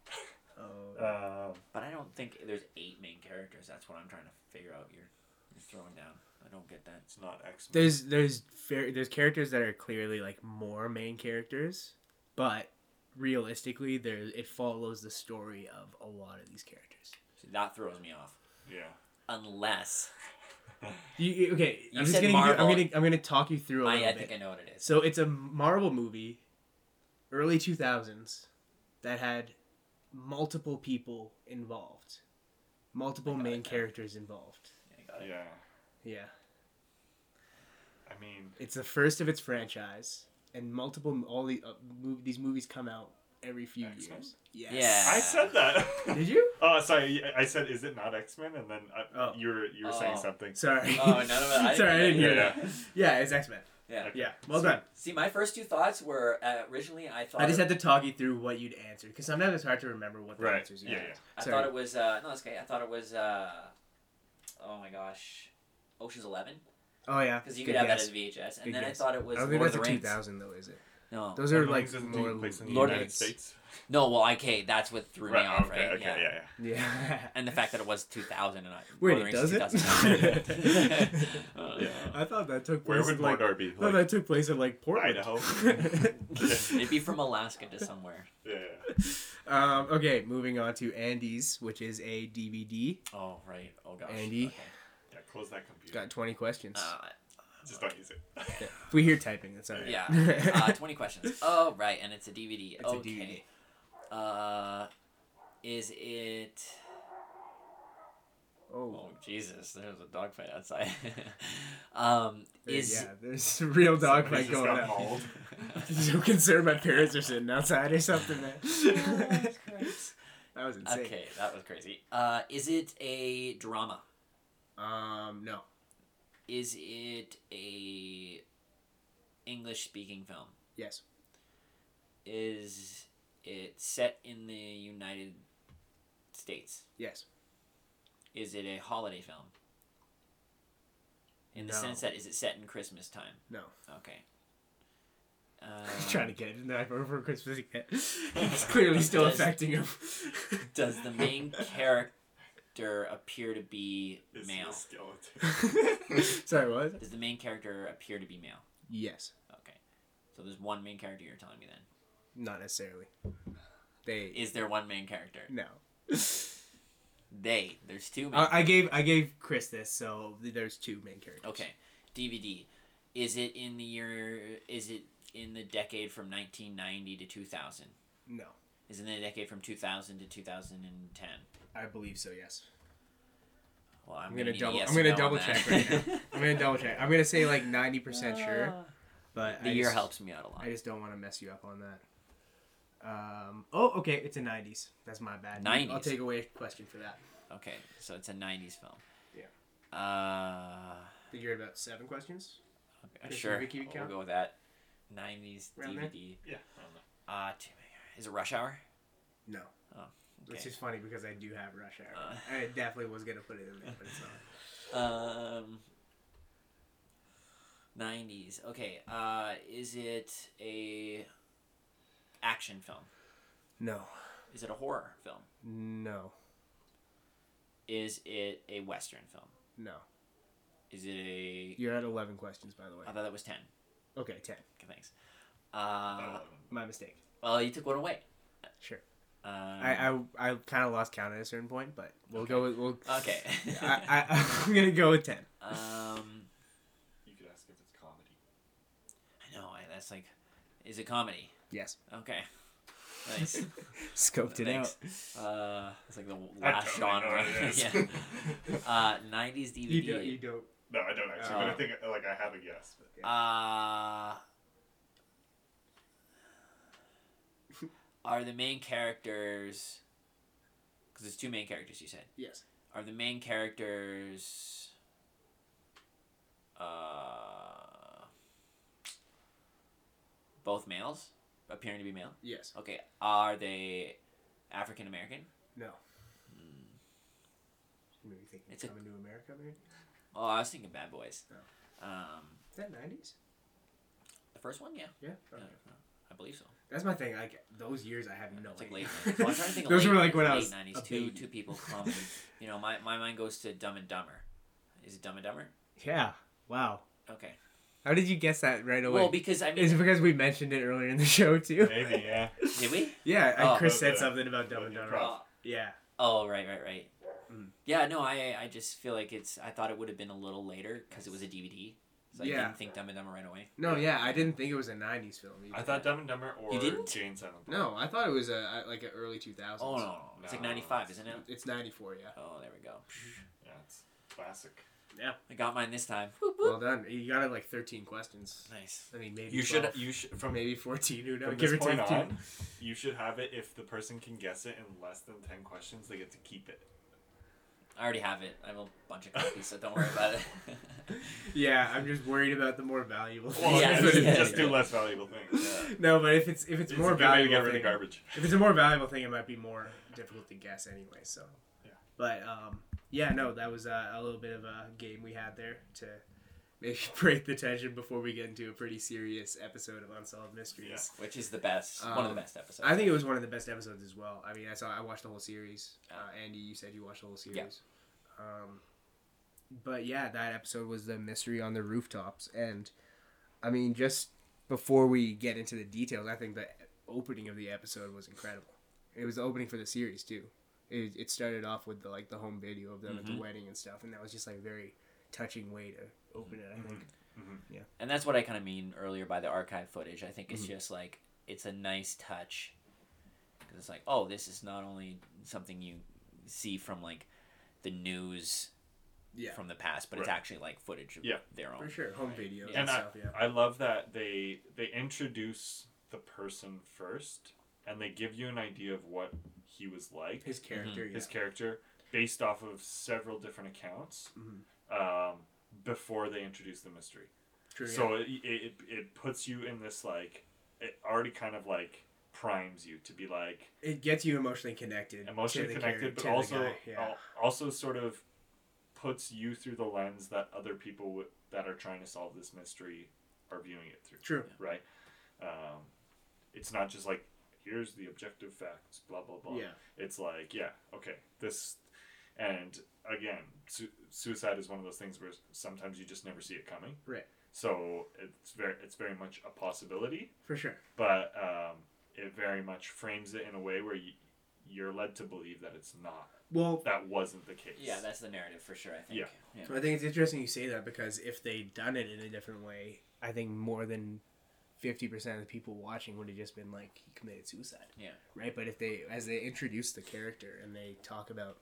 A: Oh,
C: um,
B: But I don't think there's eight main characters. That's what I'm trying to figure out. You're, you're throwing down. I don't get that.
C: it's not X Men.
A: there's there's fair, there's characters that are clearly like more main characters, but realistically, there it follows the story of a lot of these characters.
B: So that throws me off.
C: Yeah.
B: Unless
A: You, you- okay,
B: You
A: I'm just
B: said
A: gonna
B: Marvel.
A: I'm gonna I'm gonna talk you through a
B: I,
A: little
B: I
A: bit.
B: think I know what it is.
A: So it's a Marvel movie, early 2000s, that had multiple people involved, multiple
B: I got it
A: main
B: now.
A: characters involved.
B: I got it.
C: Yeah.
A: Yeah.
C: I mean,
A: It's the first of its franchise, and multiple all the uh, mov- these movies come out every few
C: X-Men?
A: years. Yes.
B: Yeah.
C: I said that.
A: Did you?
C: oh, sorry. I said, is it not X Men? And then I,
A: Oh.
C: you were you were saying
B: Oh.
C: something.
A: Sorry.
B: Oh, none of it. I
A: Sorry, I didn't hear
C: Yeah,
A: that. Yeah, it's X Men.
B: Yeah.
C: Okay.
A: Yeah, well done.
B: See, my first two thoughts were uh, originally I thought
A: I just had
B: it-
A: to talk you through what you'd answered because sometimes it's hard to remember what the
C: Right.
A: answers you
C: Yeah,
A: had.
C: yeah.
B: I
A: Sorry.
B: thought it was uh, no, that's okay. I thought it was uh, oh my gosh, Ocean's Eleven
A: Oh yeah,
B: because you
A: Good
B: could have
A: guess.
B: that as VHS, and
A: Good
B: then
A: guess.
B: I thought it was
A: I don't think
B: Lord of
A: that's
B: the
A: a
B: Rings.
A: 2000 though, is it?
B: No,
A: Those are
C: Lord of the
A: like
C: Rings doesn't
A: more
C: take place in the
B: Lord of the
C: United
A: Rings.
C: States.
B: no, well, okay, that's what threw me off,
C: okay.
B: right?
C: Okay. Yeah.
B: yeah.
C: Yeah.
A: Yeah.
B: And the fact that it was 2000 and not
A: Wait,
B: Lord
A: it
B: of the Rings
A: does
B: is
A: it?
B: 2000. Uh,
C: Yeah.
A: I thought that took
C: Where
A: place
C: would
A: in like.
C: Mordor be?
A: No,
C: Like,
A: that took place in like Portland.
C: Idaho.
B: It'd be from Alaska to somewhere.
C: yeah.
A: um, okay, moving on to Andy's, which is a DVD.
B: Oh right. Oh gosh.
A: Andy.
B: Okay.
C: Yeah. Close that computer.
A: Got 20 questions.
B: Uh,
C: Just don't use it.
A: if we hear typing, that's all right.
B: yeah. Uh, Twenty questions. Oh right, and it's a DVD.
A: It's a
B: okay.
A: DVD.
B: Uh, is it?
A: oh,
B: Oh Jesus! There was a dogfight outside. um,
A: there-
B: is
A: yeah, there's a real dog
C: Somebody
A: fight
C: just
A: going
C: got
A: on.
C: mauled.
A: so concerned my parents are sitting outside or something, man.
B: Jesus Christ.
A: that was insane.
B: okay, that was crazy. Uh, is it a drama?
A: Um, no.
B: Is it a English speaking film?
A: Yes.
B: Is it set in the United States?
A: Yes.
B: Is it a holiday film? In the
A: No.
B: sense that is it set in Christmas time?
A: No.
B: Okay.
A: I'm
B: Uh,
A: trying to get it in there for Christmas again. it's clearly still
B: Does-
A: affecting him.
B: Does the main character appear to be
C: It's
B: male?
C: a skeleton.
A: Sorry, what?
B: Does the main character appear to be male?
A: Yes,
B: Okay. So there's one main character you're telling me then.
A: not necessarily. They
B: Is there one main character?
A: no.
B: They. There's two main
A: Uh, I, I gave I gave Chris this, so there's two main characters.
B: Okay. DVD. Is it in the year is it in the decade from 1990 to 2000?
A: No,
B: Is it in the decade from 2000 to 2010?
A: I believe so. Yes.
B: Well,
A: I'm
B: I'm, gonna,
A: gonna double.
B: Yes
A: I'm gonna
B: or no on
A: double check right
B: that.
A: now. I'm gonna double check. I'm gonna say like ninety percent sure,
B: Uh,
A: but
B: The
A: I
B: year
A: just,
B: helps me out a lot.
A: I just don't want to mess you up on that. Um. Oh, okay. It's a '90s. That's my bad. I'll
B: 90s.
A: take away a question for that.
B: Okay, so it's a 90s film.
A: Yeah.
B: Uh,
A: Did you hear about seven questions?
B: okay,
A: Does
B: sure.
A: Vicky
B: We'll
A: count?
B: go with that. 90s
A: Around there?
B: DVD.
C: Yeah, I don't know.
B: Uh, too many. Is it Rush Hour?
A: No.
B: Oh,
A: Which
B: okay.
A: is funny because I do have Rush Hour.
B: Uh.
A: I definitely was gonna put it in there, but it's not.
B: Um, 90s. Okay. Uh, is it a action film?
A: No.
B: Is it a horror film?
A: No.
B: Is it a western film?
A: No.
B: Is it a?
A: You're at eleven questions, by the way.
B: I thought that was ten.
A: Okay, ten.
B: Okay, thanks. Uh,
C: Not
A: My mistake.
B: well, you took one away.
A: Sure.
B: Um,
A: I I, I kind of lost count at a certain point, but we'll go with we'll.
B: okay.
A: I, I I'm gonna go with ten.
B: um,
C: You could ask if it's comedy.
B: I know. I, that's like, is it comedy?
A: Yes.
B: Okay. Nice.
A: Scoped it out.
B: Thanks. Uh, it's like the
C: I
B: last
C: totally know
B: genre.
C: what it is.
B: yeah. Uh, 90s DVD.
A: You don't. You don't.
C: no, I don't actually, but I
B: Oh.
C: think like I have a guess. But
B: Uh, are the main characters? Because there's two main characters. You said
A: Yes.
B: are the main characters. Uh, both males appearing to be male.
A: Yes.
B: Okay, are they African American?
A: No. Maybe thinking
B: Hmm. It's a-
A: coming to America. Maybe
B: Oh, I was thinking Bad Boys. Um,
A: is that nineties?
B: the first one, yeah,
A: Yeah.
B: Yeah, I believe so.
A: That's my thing. Like those years, I have no
B: It's like
A: idea.
B: late. 90s. Well, I'm trying to think of
A: those
B: late,
A: were like when I
B: late
A: was
B: 90s.
A: a
B: two
A: baby.
B: two people comedy. you know, my, my mind goes to Dumb and Dumber. Is it Dumb and Dumber?
A: Yeah. Wow.
B: Okay.
A: How did you guess that right away?
B: Well, because I mean,
A: is it because we mentioned it earlier in the show too?
C: maybe yeah.
B: did we?
A: Yeah, and
B: Oh.
A: Chris said
C: Okay.
A: something about Dumb and Dumber.
C: Improv.
B: Oh,
A: Yeah.
B: oh, right, right, right.
A: Mm.
B: Yeah, no, I I just feel like it's. I thought it would have been a little later because it was a DVD, so I
A: Yeah.
B: didn't think Dumb and Dumber right away.
A: No, yeah, I didn't think it was a '90s film. Either.
C: I thought Dumb and Dumber or
B: You didn't?
C: Jane Silent Bob.
A: No, I thought it was a like an early 2000s.
B: Oh no, no, no. it's like
C: No.
B: '95, isn't it?
A: It's '94. Yeah.
B: Oh, there we go.
C: Yeah, it's classic.
B: I got mine this time.
A: Well done. You got it like 13 questions.
B: Nice.
A: I mean, maybe
C: You should
A: 12,
C: you should from
A: maybe 14. Who knows?
C: From
A: Give
C: this
A: or
C: point
A: take two.
C: on, you should have it if the person can guess it in less than 10 questions, they get to keep it.
B: I already have it. I have a bunch of copies, so don't worry about it.
A: Yeah, I'm just worried about the more valuable.
C: Well,
A: things.
B: Yeah,
C: just,
B: yeah,
C: just do
B: yeah.
C: less valuable things.
A: No, but if it's if it's,
C: It's
A: more
C: a good way to
A: valuable,
C: get rid
A: thing,
C: of garbage.
A: if it's a more valuable thing, it might be more difficult to guess anyway. So,
C: Yeah.
A: But um, yeah, no, that was uh, a little bit of a game we had there to maybe break the tension before we get into a pretty serious episode of Unsolved Mysteries.
B: Which is the best, one of
A: Um,
B: the best episodes.
A: I think it was one of the best episodes as well. I mean, I saw I watched the whole series. Uh, Andy, you said you watched the whole series. Um, but yeah, that episode was the mystery on the rooftops, and I mean, just before we get into the details, I think the opening of the episode was incredible. It was the opening for the series too. It, it started off with the, like the home video of them at
B: Mhm.
C: Mm-hmm.
A: the wedding and stuff, and that was just like a very touching way to open it.
C: Mm-hmm.
A: I think.
B: and that's what I kind of mean earlier by the archive footage. I think
A: Mm-hmm.
B: it's just like it's a nice touch because it's like, oh, this is not only something you see from like the news
A: Yeah,
B: from the past, but it's
C: Right.
B: actually like footage of
C: Yeah.
B: their own.
A: for sure. Home video
B: Yeah.
A: and,
C: And I, Mm-hmm.
A: stuff. Yeah.
C: I love that they they introduce the person first and they give you an idea of what he was like,
A: His character.
C: his character, based off of several different accounts
A: Mhm.
C: um, before they introduce the mystery.
A: yeah. True, yeah.
C: So it, it it puts you in this like it already kind of like primes you to be like
A: it gets you emotionally connected
C: emotionally
A: to the
C: connected,
A: character-
C: but
A: to the
C: also oh,
A: guy, yeah.
C: al- also sort of puts you through the lens that other people w- that are trying to solve this mystery are viewing it through.
A: true
C: Right? Um, it's not just like here's the objective facts, blah blah blah.
A: Yeah.
C: It's like yeah, okay, this, and again, su- suicide is one of those things where sometimes you just never see it coming.
A: right
C: So it's very it's very much a possibility,
A: for sure.
C: but um, it very much frames it in a way where you, you're led to believe that it's not
A: Well,
C: that wasn't the case.
B: Yeah, that's the narrative for sure. I think.
C: Yeah.
B: yeah.
A: I think it's interesting you say that because if they'd done it in a different way, I think more than fifty percent of the people watching would have just been like, he committed suicide.
B: Yeah.
A: Right, but if they as they introduce the character and they talk about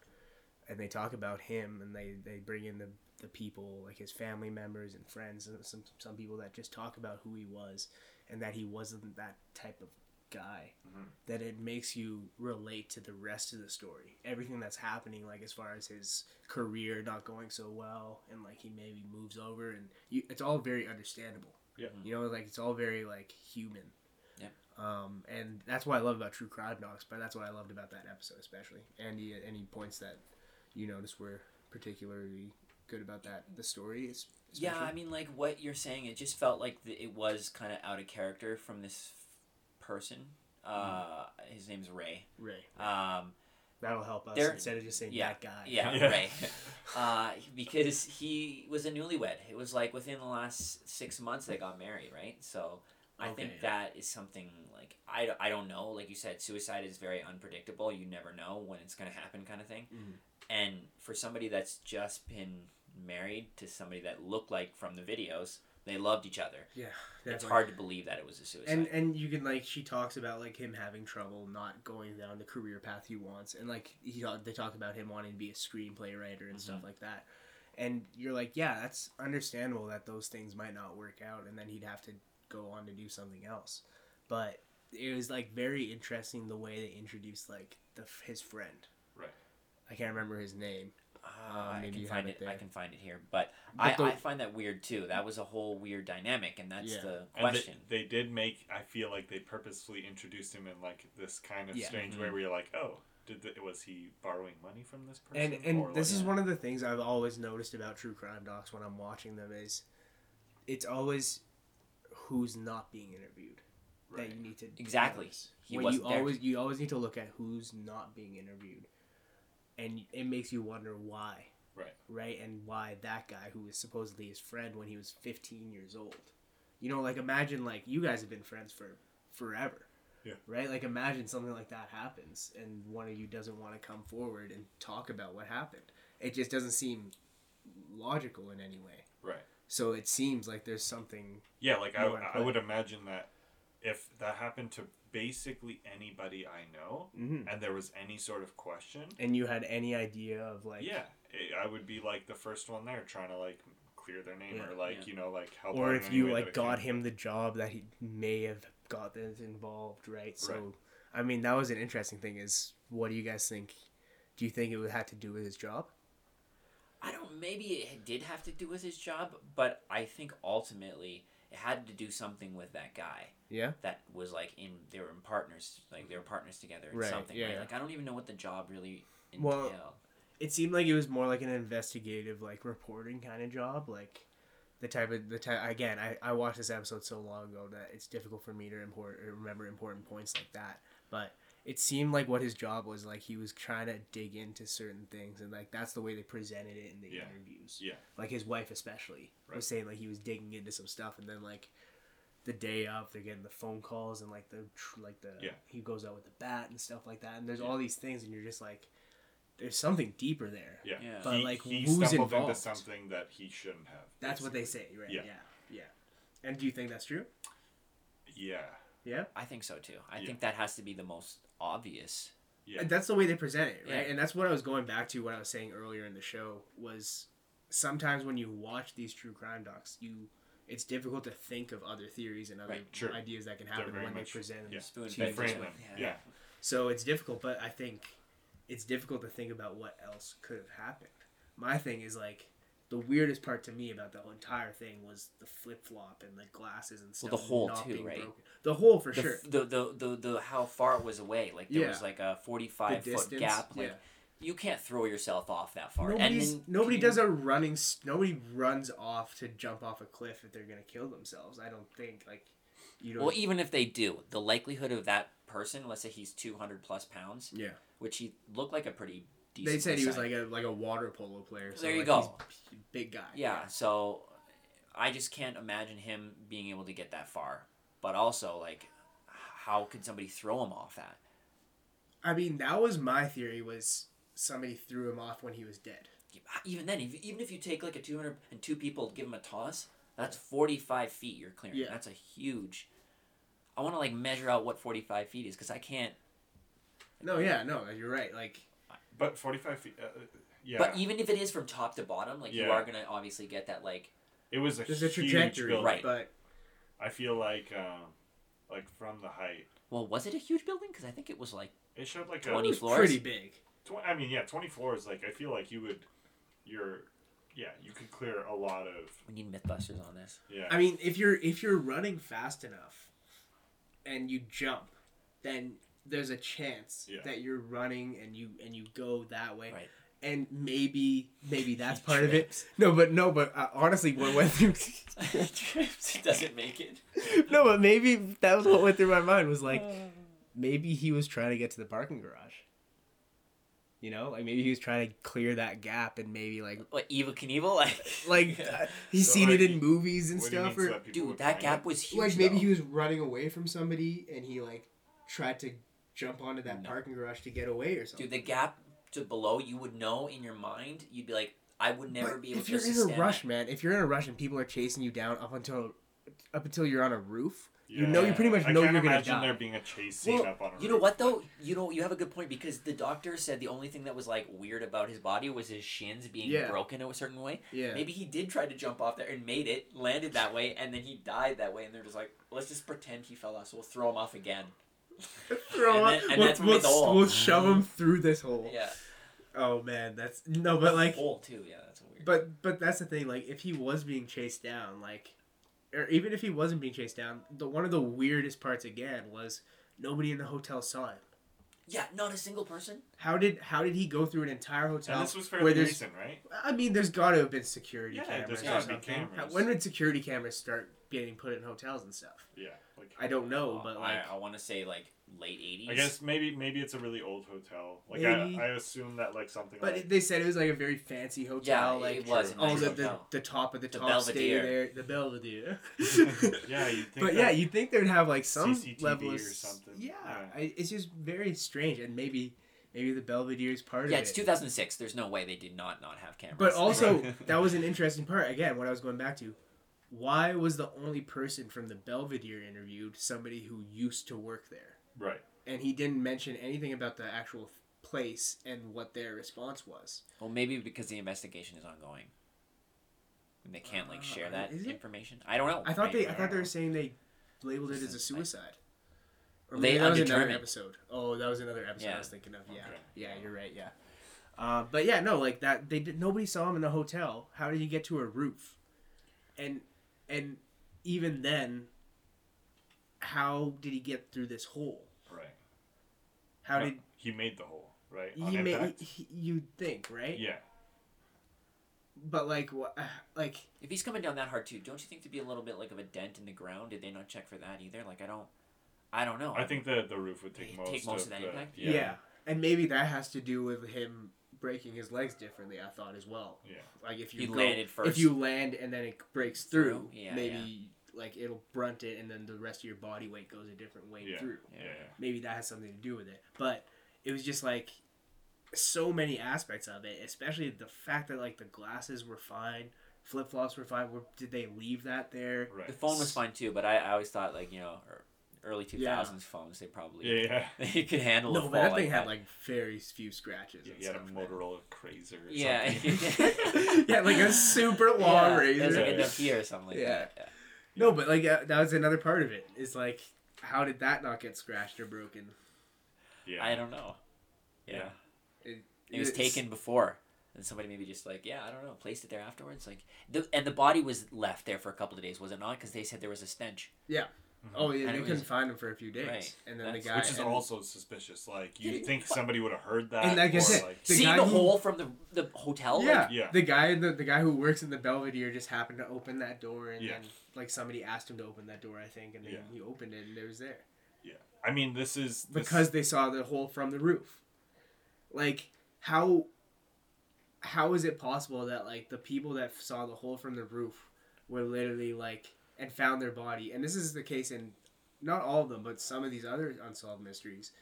A: and they talk about him and they they bring in the the people like his family members and friends and some some people that just talk about who he was and that he wasn't that type of guy
C: Mhm.
A: that it makes you relate to the rest of the story everything that's happening like as far as his career not going so well and like he maybe moves over and you, it's all very understandable
C: Yeah.
B: Mm-hmm.
A: you know like it's all very like human
B: Yep.
A: um, and that's what I love about True Crime Docs, but that's what I loved about that episode especially. And he, and he points that you noticed were particularly good about that. The story is
B: Yeah,
A: especially.
B: I mean, like what you're saying, it just felt like the, it was kind of out of character from this f- person. Uh, his name's Ray.
A: Ray.
B: Um,
A: That'll help us
B: There-
A: instead of just saying
B: yeah,
A: that guy.
B: yeah,
C: Yeah.
B: Ray. Uh, because he was a newlywed. It was like within the last six months they got married, right? So I
A: Okay,
B: think
A: yeah.
B: that is something like I, d- I don't know. Like you said, suicide is very unpredictable. You never know when it's gonna happen, kind of thing.
A: Mhm.
B: And for somebody that's just been married to somebody that looked like from the videos, they loved each other.
A: Yeah,
B: it's
A: definitely.
B: hard to believe that it was a suicide.
A: And and you can like she talks about like him having trouble not going down the career path he wants, and like he they talk about him wanting to be a screenplay writer and
B: Mm-hmm.
A: stuff like that. And you're like, yeah, that's understandable that those things might not work out, and then he'd have to go on to do something else. But it was like very interesting the way they introduced like the his friend.
C: Right.
A: I can't remember his name.
B: Ah, I
A: Oh, maybe
B: can
A: you
B: find
A: have it
B: it. I
A: there.
B: can find it here, but,
A: But
B: I,
A: the-
B: I find that weird too. That was a whole weird dynamic, and that's
A: Yeah.
B: the
C: And
B: question.
C: They, they did make. I feel like they purposefully introduced him in like this kind of
A: Yeah.
C: strange way, where you're like, oh, did the, was he borrowing money from this person?
A: and and
C: Or,
A: this
C: like-
A: is one of the things I've always noticed about true crime docs when I'm watching them is it's always who's not being interviewed
C: Right.
A: that you need to
B: Exactly.
A: notice.
B: He
A: When you
B: wasn't there.
A: always you always need to look at who's not being interviewed, and it makes you wonder why,
C: Right.
A: right, and why that guy who was supposedly his friend when he was 15 years old, you know, like imagine like you guys have been friends for forever,
C: Yeah.
A: right? Like imagine something like that happens and one of you doesn't want to come forward and talk about what happened. It just doesn't seem logical in any way.
C: Right.
A: So it seems like there's something
C: Yeah, like I,
A: You wanna
C: I
A: play.
C: would imagine that if that happened to basically anybody I know, and there was any sort of question,
A: mm-hmm, and you had any idea of like
C: yeah, i I would be like the first one there trying to like clear their name
A: Yeah.
C: or like
B: Yeah.
C: you know like help. out
A: or
C: in
A: if
C: any way
A: you
C: that
A: like
C: I can.
A: got him the job that he may have got this involved right so
C: Right.
A: i mean that was an interesting thing is what do you guys think do you think it would have to do with his job
B: I don't. Maybe it did have to do with his job, but I think ultimately it had to do something with that guy
A: yeah
B: that was like in. They were in partners, like they were partners together in
A: Right,
B: something.
A: yeah,
B: right?
A: yeah.
B: Like I don't even know what the job really
A: Well,
B: entailed.
A: it seemed like it was more like an investigative like reporting kind of job like the type of the type again I, I watched this episode so long ago that it's difficult for me to import or remember important points like that but it seemed like what his job was like he was trying to dig into certain things and like that's the way they presented it in the
C: Yeah.
A: interviews
C: Yeah.
A: like his wife especially
C: Right.
A: was saying like he was digging into some stuff and then like the day of they're getting the phone calls and like the tr- like the
C: Yeah.
A: he goes out with the bat and stuff like that and there's
C: Yeah.
A: all these things and you're just like there's something deeper there
C: Yeah,
B: Yeah.
A: But,
C: he,
A: like,
C: he
A: who's
C: stumbled
A: involved?
C: into something that he shouldn't have.
A: that's what they
C: basically.
A: say right yeah.
C: Yeah.
A: yeah and do you think that's true
C: Yeah,
A: yeah
B: I think so too. I
C: Yeah.
B: think that has to be the most obvious.
C: yeah,
A: And that's the way they present it right
B: Yeah.
A: and that's what i was going back to what i was saying earlier in the show was sometimes when you watch these true crime docs you it's difficult to think of other theories and other
B: Right,
C: sure.
A: ideas that can
C: They're
A: happen
C: very
A: when they
C: much-
A: present
C: yeah.
A: them
B: Spoon
A: to
C: they
A: you.
B: fed
C: frame
B: Yeah.
C: them.
B: Yeah.
C: Yeah,
A: So it's difficult, but I think it's difficult to think about what else could have happened. My thing is like the weirdest part to me about the whole entire thing was the flip flop and the glasses and stuff.
B: the hole
A: not
B: too,
A: being
B: right?
A: broken. The hole for
B: The,
A: sure.
B: f- the, the, the, the how far it was away like there
A: Yeah.
B: was like a
A: The
B: 45 foot
A: distance.
B: gap like
A: yeah.
B: you can't throw yourself off that far.
A: Nobody's,
B: and then
A: nobody
B: people-
A: does a running. s- Nobody runs off to jump off a cliff if they're gonna kill themselves. I don't think like you don't.
B: Well, e even if they do, the likelihood of that person, let's say he's two hundred plus pounds,
A: yeah,
B: which he looked like a pretty decent.
A: they said he was
B: size.
A: like a like a water polo player. So
B: There you
A: like,
B: go.
A: he's a big guy.
B: yeah. So I just can't imagine him being able to get that far. But also, like, h- how could somebody throw him off that?
A: I mean, that was my theory was somebody threw him off when he was dead.
B: Even then, if, even if you take like a 200 and two people give him a toss, that's 45 feet you're clearing.
A: Yeah.
B: That's a huge. I want to like measure out what 45 feet is because I can't.
A: No, yeah, no, you're right. Like
C: But 45 feet. Uh, yeah.
B: But even if it is from top to bottom, like you
C: Yeah.
B: are gonna obviously get that like
C: it was a
A: there's a
C: huge
A: trajectory,
C: building.
B: Right.
A: but
C: I feel like, um, like from the height,
B: well, was it a huge building? Because I think it was like
C: it showed like
A: it
B: 20
C: a.
A: was
B: floors?
A: pretty big.
C: Tw- I mean, yeah, 20 floors. Like, I feel like you would. You're. Yeah, you could clear a lot of.
B: we need MythBusters on this.
C: Yeah.
A: I mean, if you're if you're running fast enough and you jump, then there's a chance
C: Yeah.
A: that you're running and you and you go that way.
B: Right.
A: And maybe maybe that's part of it. No, but no, but uh, honestly, what went through
B: Trips. It doesn't make it.
A: No, but maybe that was what went through my mind was like
B: Uh.
A: maybe he was trying to get to the parking garage. You know, like maybe he was trying to clear that gap and maybe like
B: What Evil Knievel? Like,
A: like uh, he's
C: So,
A: seen
C: like,
A: it in
C: you-
A: movies and
C: what do you mean
A: stuff
C: so
A: or
C: that people
B: dude,
C: would
B: that
C: find
B: gap
C: it?
B: was huge.
A: like maybe
B: though.
A: he was running away from somebody and he like tried to jump onto that
B: No.
A: parking garage to get away or something.
B: Dude, the gap to below, you would know in your mind. You'd be like, I would never
A: But
B: be able
A: if
B: to
A: you're in
B: sustain
A: a rush, man, if you're in a rush and people are chasing you down up until up until you're on a roof, you know you pretty much
C: I
A: know
C: can't
A: you're gonna
C: imagine
A: die.
C: there being a chase scene
B: Well,
C: up on a
B: That. You know
C: roof.
B: what though? You know you have a good point because the doctor said the only thing that was like weird about his body was his shins being
A: Yeah.
B: broken a certain way.
A: Yeah,
B: Maybe he did try to jump off there and made it, landed that way, and then he died that way. And they're just like, let's just pretend he fell off. So we'll throw him off again.
A: throw
B: and
A: up.
B: then- and
A: we'll,
B: that's
A: we'll,
B: with all.
A: we'll shove him through this hole.
B: Yeah,
A: Oh man, that's no, but like,
B: hole too. Yeah, that's weird.
A: but but that's the thing. Like, if he was being chased down, like, or even if he wasn't being chased down, the one of the weirdest parts again was nobody in the hotel saw him.
B: yeah, not a single person.
A: How did how did he go through an entire hotel?
C: And this was
A: where
C: fairly
A: there's-
C: recent, right?
A: I mean, there's got to have been security
C: Yeah,
A: cameras.
C: there's
A: or
C: gotta be
A: something.
C: cameras.
A: When did security cameras start getting put in hotels and stuff?
C: Yeah. Like,
A: I don't know,
B: Uh,
A: but
B: I-
A: like,
B: I, want to say like late eighties.
C: I guess maybe maybe it's a really old hotel. Like
A: Maybe.
C: I, I assume that like something
A: but
C: like
A: it- they said it was like a very fancy hotel.
B: Yeah,
A: like
B: it was. a
A: all
B: nice
A: the, the
B: hotel.
A: the top of the,
B: The
A: top
B: Belvedere.
A: stay there, the Belvedere.
C: yeah, you think
A: but
C: that,
A: yeah, you think there'd have like some
C: CCTV
A: level
C: or
A: of
C: something.
A: Yeah,
C: Yeah.
A: I, it's just very strange, and maybe maybe the Belvedere is part
B: Yeah,
A: of
B: it's
A: it.
B: 2006. There's no way they did not not have cameras.
A: But also,
C: Right.
A: that was an interesting part. Again, what I was going back to, why was the only person from the Belvedere interviewed somebody who used to work there,
C: right.
A: and he didn't mention anything about the actual place and what their response was?
B: well, maybe because the investigation is ongoing, and they can't like share
A: Uh,
B: that
A: is it?
B: information. I don't know.
A: I thought they,
B: Maybe.
A: I thought they were saying they labeled it as a suicide. Or
B: They
A: maybe that was another
B: undetermined.
A: episode. Oh, that was another episode I
B: Yeah.
A: was thinking of. Yeah,
C: Okay.
A: yeah, you're right. Yeah, uh, but yeah, no, like that. They did. Nobody saw him in the hotel. How did he get to a roof? And and even then, how did he get through this hole?
C: Right.
A: How
C: No,
A: did
C: he made the hole, right? On
A: he make?
C: impact?
A: You think right?
C: yeah.
A: But like what? Like
B: if he's coming down that hard too, don't you think there'd be a little bit like of a dent in the ground? Did they not check for that either? Like I don't, I don't know.
C: I think the the roof would
B: They take
C: take most,
B: most
C: of
B: of that
C: the,
B: impact?
A: yeah. and maybe that has to do with him breaking his legs differently. I thought as well.
C: Yeah.
A: Like if you
B: he
A: go-
B: landed first.
A: if you land and then it breaks through,
B: Through? Yeah,
A: maybe like it'll brunt it and then the rest of your body weight goes a different way
C: Yeah.
A: through.
C: Yeah.
B: Yeah.
A: Maybe that has something to do with it. But it was just like so many aspects of it, especially the fact that like the glasses were fine, flip flops were fine. Were, did they leave that there?
C: Right.
B: the phone was fine too, but I, I always thought like you know er- early 2000s phones they probably
C: Yeah, yeah.
B: they could handle a
A: No,
B: fall
A: but that thing
B: like
A: had
B: that.
A: like very few scratches.
C: Yeah,
A: and
C: he had a
A: stuff.
C: Motorola Crazer. Or
B: yeah
C: something.
A: yeah, like a super long
B: yeah,
A: razor.
B: It was like a
C: Yeah.
B: Nokia or something like
A: Yeah.
B: that. Yeah.
A: No, but like uh, that was another part of it. Is like, how did that not get scratched or broken?
C: yeah.
B: I don't know. yeah.
C: Yeah.
A: It,
B: It was
A: it's-
B: taken before, and somebody maybe just like, yeah, I don't know, placed it there afterwards. Like, the and the body was left there for a couple of days, was it not? Because they said there was a stench.
A: Oh yeah,
B: and
A: they
B: it
A: couldn't
B: was-
A: find him for a few days,
B: Right.
A: and then the
B: That's-
A: guy.
C: Which is
A: and,
C: also suspicious. Like you
B: Yeah,
C: think
B: but-
C: somebody would have heard that.
A: And like I
C: or,
A: said,
C: like,
A: The
B: Seeing
A: guy
B: the
A: who-
B: hole from the the hotel.
A: Yeah,
B: Like,
C: Yeah.
A: the guy the, the guy who works in the Belvedere just happened to open that door, and
C: Yeah.
A: then like somebody asked him to open that door, I think, and then
C: Yeah.
A: he opened it, and it was there
C: I mean, this is this,
A: because they saw the hole from the roof. Like how how is it possible that like the people that saw the hole from the roof were literally like and found their body. And this is the case in not all of them, but some of these other unsolved mysteries.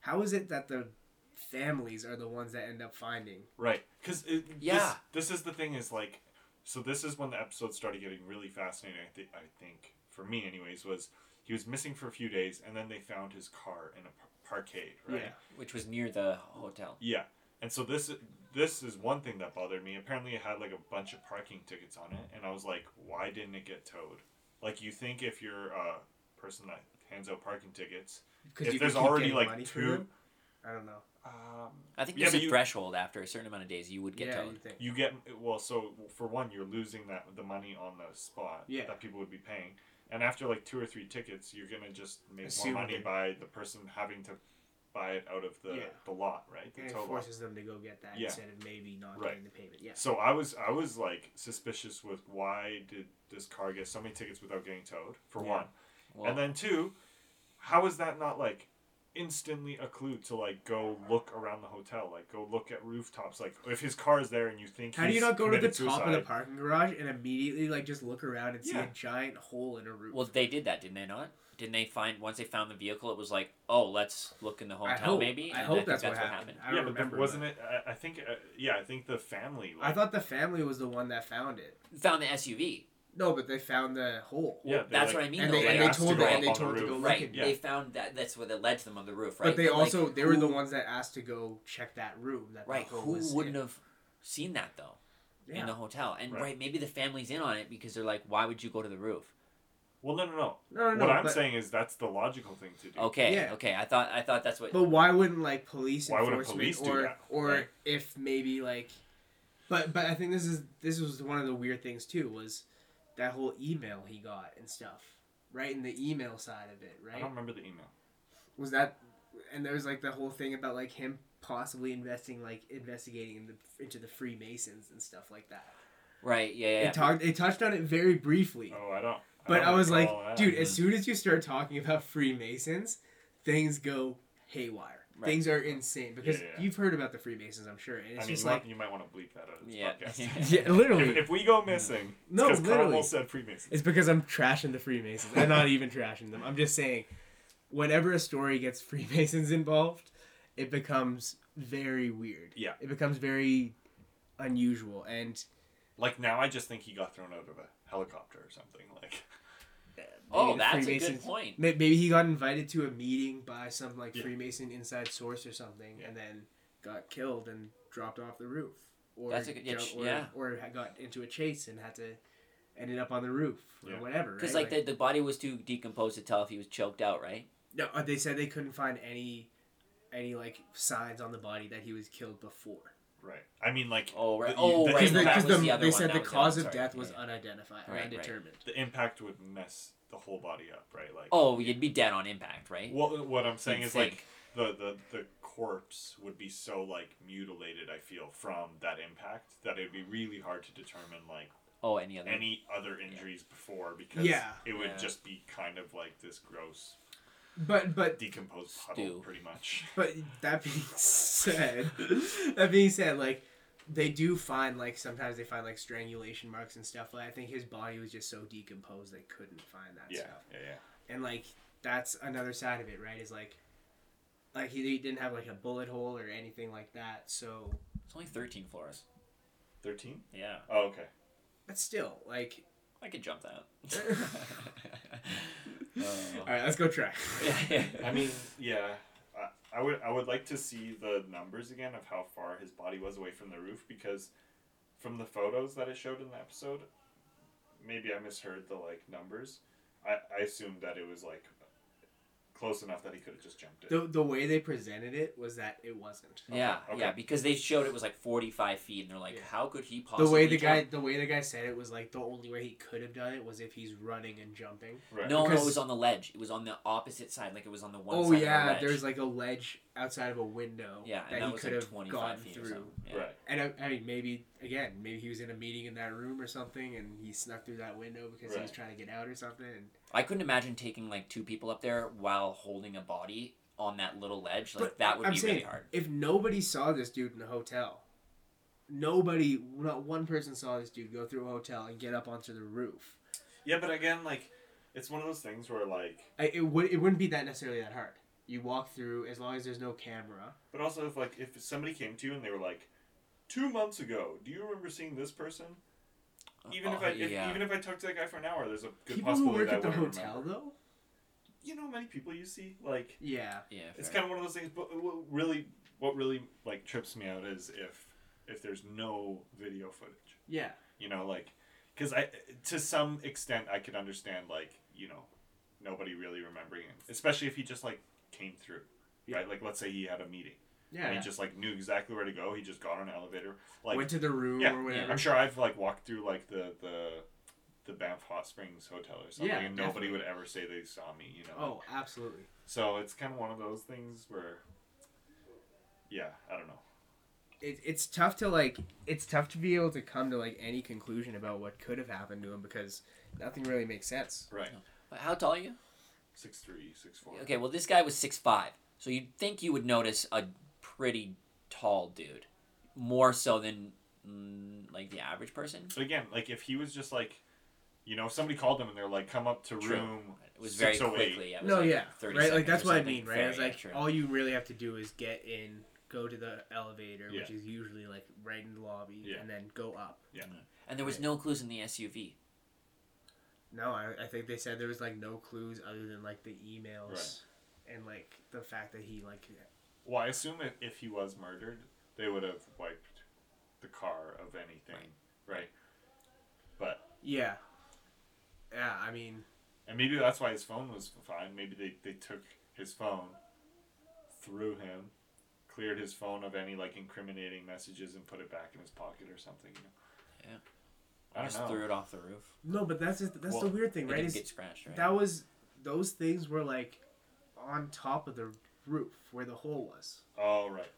A: How is it that the families are the ones that end up finding?
C: Right. Because
B: Yeah.
C: this, is the thing is like, so this is when the episode started getting really fascinating. I think I think for me anyways was he was missing for a few days and then they found his car in a par- parkade. Right.
A: Yeah.
B: which was near the hotel.
C: Yeah, and so this this is one thing that bothered me. Apparently, it had like a bunch of parking tickets on it, and I was like, why didn't it get towed? Like, you think if you're a person that hands out parking tickets,
A: Because
C: if there's already like
A: for
C: two,
A: them? I don't know.
C: um,
B: I think
C: Yeah,
B: there's
C: but
B: a
C: you-
B: threshold after a certain amount of days you would get
A: yeah,
B: towed.
A: you think.
C: you get well. So for one, you're losing that the money on the spot
A: Yeah.
C: that people would be paying. And after like two or three tickets, you're gonna just make
A: Assume
C: more money
A: they-
C: by the person having to buy it out of the,
A: Yeah.
C: the lot, right? The
A: And it
C: tow lot.
A: forces them to go get that
C: Yeah.
A: instead of maybe not
C: Right.
A: getting the payment. Yeah.
C: So I was I was like suspicious with why did this car get so many tickets without getting towed for
B: Yeah.
C: one,
B: Well,
C: and then two, how is that not like instantly a clue to like go look around the hotel, like go look at rooftops, like if his car is there and you think
A: How do you
C: he's
A: not go to the
C: committed
A: top of the
C: suicide-
A: parking garage and immediately like just look around and see a
C: Yeah.
A: giant hole in a roof?
B: well, they did that, didn't they not? Didn't they find once they found the vehicle, it was like, oh, let's look in the
A: I
B: hotel
A: hope,
B: maybe.
A: I
B: And
A: hope
B: think
A: that's, what happened. I don't
C: yeah,
A: remember.
C: but wasn't
A: but-
C: it? I, I think uh, yeah, I think the family. Like,
A: I thought the family was the one that found it.
B: Found the SUV.
A: No, but they found the hole.
C: yeah, they,
B: that's
C: like-
B: what I mean.
A: and
B: though,
A: they,
B: like,
A: and they
C: asked to
A: told
C: go
A: them
C: up
A: and they
C: on the
A: told them to
C: roof.
A: go
B: right.
A: looking.
C: yeah.
B: They found that. That's what that led to them on the roof, right?
A: But they
B: like,
A: also they were the
B: who-
A: ones that asked to go check that room. That
B: Right.
A: the hole
B: Who
A: was
B: wouldn't
A: in.
B: have seen that though
A: Yeah.
B: in the hotel? And
C: Right.
B: right. maybe the family's in on it because they're like, why would you go to the roof?
C: Well, no, no, no.
A: No, no, no.
C: what I'm
A: but,
C: saying is that's the logical thing to do.
B: Okay.
A: Yeah.
B: Okay. I thought. I thought that's what.
A: but why wouldn't like police
C: Why wouldn't
A: enforcement
C: police do
A: or
C: that?
A: or
B: Right.
A: if maybe like, but but I think this is this was one of the weird things too was that whole email he got and stuff. Right in the email side of it,
C: I
A: right?
C: don't remember the email.
A: was that and there was like the whole thing about like him possibly investing like investigating in the, into the freemasons and stuff like that
B: right. Yeah. Yeah.
A: it talked it touched on it very briefly
C: Oh, I don't. I
A: but
C: don't
A: i was like
C: recall that.
A: dude as soon as you start talking about freemasons things go haywire
B: Right.
A: things are insane because
C: yeah.
A: you've heard about the freemasons i'm sure and it's
C: I mean,
A: just
C: you,
A: like
C: want, you might want to bleep that out of this
B: Yeah.
C: podcast.
A: yeah literally
C: If, if we go missing,
A: No,
C: because
A: literally.
C: Cromwell said Freemasons.
A: It's because I'm trashing the Freemasons. I'm not even trashing them. I'm just saying, whenever a story gets Freemasons involved, it becomes very weird.
C: Yeah.
A: It becomes very unusual. And
C: Like now, I just think he got thrown out of a helicopter or something. Like,
B: Oh,
A: uh, the
B: that's a good
A: Freemasons-
B: point.
A: may- maybe he got invited to a meeting by some like
C: Yeah.
A: Freemason inside source or something,
C: Yeah.
A: and then got killed and dropped off the roof. Or
B: That's a good- yeah,
A: jumped-
B: ch-
A: or,
B: yeah.
A: or had- got into a chase and had to ended up on the roof or
C: Yeah.
A: whatever.
B: Because
A: right?
B: like, the, the body was too decomposed to tell if he was choked out, right?
A: No, uh, they said they couldn't find any any like signs on the body that he was killed before.
C: right? I mean, like,
B: Oh right.
C: The-
B: oh
C: the-
B: right.
A: Because
C: no,
A: the,
B: that
A: 'cause
B: was
A: the-
B: the other
A: they
B: one,
A: said
B: that
A: the
B: was
A: cause
B: other
A: of
B: one,
A: death
B: sorry.
A: was uh,
B: Yeah.
A: unidentified or
B: Right, right.
A: undetermined.
C: the impact would mess the whole body up, right? Like,
B: Oh, you'd be dead on impact, right?
C: what what I'm saying
B: You'd
C: is
B: think.
C: like the, the the corpse would be so like mutilated. I feel from that impact that it'd be really hard to determine like
B: Oh, any other.
C: any other injuries before because
A: Yeah.
C: it would
B: Yeah.
C: just be kind of like this gross
A: But but
C: decomposed
B: Stew.
C: puddle, pretty much.
A: but that being said, that being said, like they do find like sometimes they find like strangulation marks and stuff. Like I think his body was just so decomposed they couldn't find that
C: Yeah,
A: stuff.
C: yeah, yeah.
A: and like that's another side of it right is like like he, he didn't have like a bullet hole or anything like that so
B: It's only thirteen floors.
C: Thirteen.
B: Yeah,
C: Oh, okay.
A: but still like
B: I could jump that. Uh.
A: all right let's go try
C: I mean, yeah. I, I would I would like to see the numbers again of how far his body was away from the roof because from the photos that it showed in the episode, maybe I misheard the like numbers. I, I assumed that it was like close enough that he could have just jumped it.
A: the, the way they presented it was that it wasn't
B: yeah,
C: Okay,
B: yeah,
C: okay.
B: because they showed it was like forty-five feet, and they're like,
A: Yeah.
B: "How could he
A: the
B: possibly?"
A: way the guy
B: jump?
A: the way the guy said it was like the only way he could have done it was if he's running and jumping
C: Right.
B: No, no,
A: because-
B: it was on the ledge. It was on the opposite side, like it was on the one.
A: oh
B: side of the
A: yeah
B: ledge.
A: there's like a ledge outside of a window
B: yeah, and
A: that,
B: that
A: he
B: was
A: could
B: like
A: have gone
B: twenty-five feet or
A: through
B: something. Yeah.
C: Right.
A: and I, I mean maybe again maybe he was in a meeting in that room or something and he snuck through that window because he was
C: Right.
A: trying to get out or something and
B: I couldn't imagine taking like two people up there while holding a body on that little ledge. Like
A: But
B: that would
A: I'm
B: be
A: saying,
B: really hard.
A: If nobody saw this dude in the hotel, nobody, not one person saw this dude go through a hotel and get up onto the roof.
C: Yeah, but again, like it's one of those things where like,
A: I, it would it wouldn't be that necessarily that hard. You walk through as long as there's no camera.
C: but also if like if somebody came to you and they were like, two months ago, do you remember seeing this person? Even if
B: Oh,
C: I if,
B: yeah.
C: even if I talked to that guy for an hour, there's a good
A: People who
C: possibility
A: work
C: that I
A: at the
C: wouldn't
A: hotel
C: remember.
A: though.
C: You know, how many people you see like
A: Yeah.
B: yeah,
C: it's
B: fair.
C: kind of one of those things but what really what really like trips me out is if if there's no video footage
A: Yeah.
C: you know like because i to some extent i could understand like you know nobody really remembering him especially if he just like came through
A: Yeah.
C: right like let's say he had a meeting
A: Yeah.
C: and he just like knew exactly where to go he just got on an elevator like
A: Went to the room
C: yeah,
A: or
C: i'm
A: whatever.
C: sure i've like walked through like the the the banff hot springs hotel or something
A: Yeah,
C: and nobody
A: definitely.
C: would ever say they saw me you know like,
A: Oh, absolutely.
C: so it's kind of one of those things where, yeah, I don't know.
A: It, it's tough to like. It's tough to be able to come to like any conclusion about what could have happened to him because nothing really makes sense.
C: Right,
B: But How tall are you?
C: six three, six four.
B: Okay, well, this guy was six five, so you'd think you would notice a pretty tall dude, more so than mm, like the average person.
C: But again, like if he was just like, you know, if somebody called him and they're like, "Come up to
B: True.
C: room,"
B: It was very
C: 608.
B: quickly. Yeah, it was
A: No,
B: like
A: yeah, right.
B: 30
A: Like
B: seconds
A: that's
B: or
A: what I
B: something.
A: mean,
B: Fair,
A: right? It's
B: yeah,
A: like
B: true.
A: all you really have to do is get in, go to the elevator, which
C: Yeah.
A: is usually like right in the lobby,
C: Yeah.
A: and then go up.
B: and there was no clues in the SUV.
A: No, I, I think they said there was like no clues other than like the emails and like the fact that he like
C: Well, I assume if, if he was murdered, they would have wiped the car of anything, right? But
A: yeah, yeah. I mean,
C: and maybe that's why his phone was fine. Maybe they they took his phone, threw him, cleared his phone of any like incriminating messages, and put it back in his pocket or something. You know?
B: Yeah.
C: I don't
B: just
C: know.
B: threw it off the roof.
A: no, but that's just, that's the
C: Well,
A: weird
B: It
A: thing, right?
B: didn't
A: Is
B: get scratched, right?
A: that was those things were like on top of the roof where the hole was.
C: Oh right,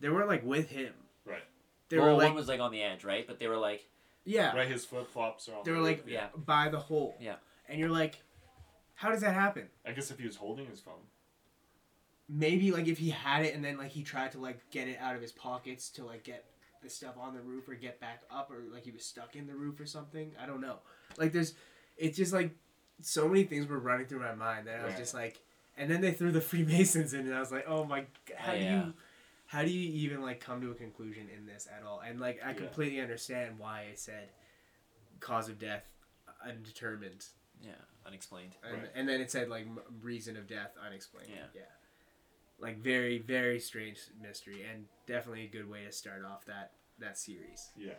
A: They weren't like with him.
C: right,
A: They
B: well,
A: were like
B: one was like on the edge, right? But they were like,
A: yeah.
C: right. His flip flops are on.
A: They
C: the
A: were
C: roof,
A: like
B: Yeah.
A: by the hole.
B: Yeah.
A: And you're like, how does that happen?
C: I guess if he was holding his phone,
A: Maybe like if he had it and then like he tried to like get it out of his pockets to like get the stuff on the roof or get back up or like he was stuck in the roof or something. I don't know. Like there's, it's just like so many things were running through my mind that I was
C: Right.
A: just like, and then they threw the Freemasons in and I was like, oh my, g- how do
B: Yeah.
A: you, how do you even like come to a conclusion in this at all? And like I
C: Yeah.
A: completely understand why it said cause of death undetermined
B: yeah, unexplained.
A: and,
C: Right.
A: and then it said like m- reason of death unexplained.
B: Yeah.
A: Like very very strange mystery and definitely a good way to start off that that series.
C: yeah.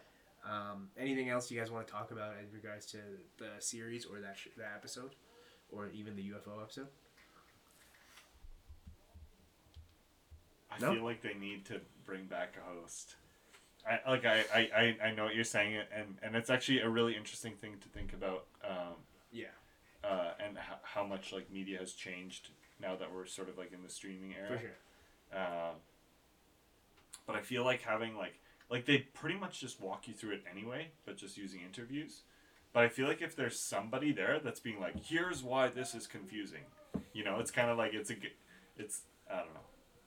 A: Um, anything else you guys want to talk about in regards to the series or that sh- that episode or even the UFO episode?
C: I
A: No.
C: feel like they need to bring back a host. I like I, I, I, I know what you're saying, and and it's actually a really interesting thing to think about, um,
A: Yeah.
C: uh, and how, how much like media has changed now that we're sort of like in the streaming era.
A: For sure.
C: Um, but I feel like having like like they pretty much just walk you through it anyway, but just using interviews. But I feel like if there's somebody there that's being like, here's why this is confusing, you know, it's kind of like it's a, g- it's I don't know,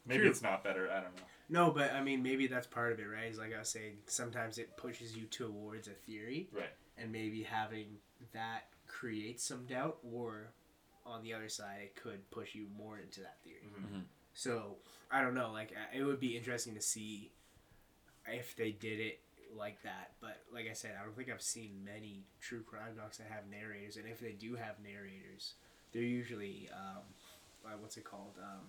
C: maybe
A: True.
C: it's not better. I don't know.
A: No, but I mean maybe that's part of it, right? Is like I was saying, sometimes it pushes you towards a theory
C: Right.
A: and maybe having that create some doubt or on the other side it could push you more into that theory
C: Mhm.
B: Mhm.
A: so i don't know like I- it would be interesting to see if they did it like that but like i said i don't think i've seen many true crime docs that have narrators and if they do have narrators they're usually um, uh, what's it called um,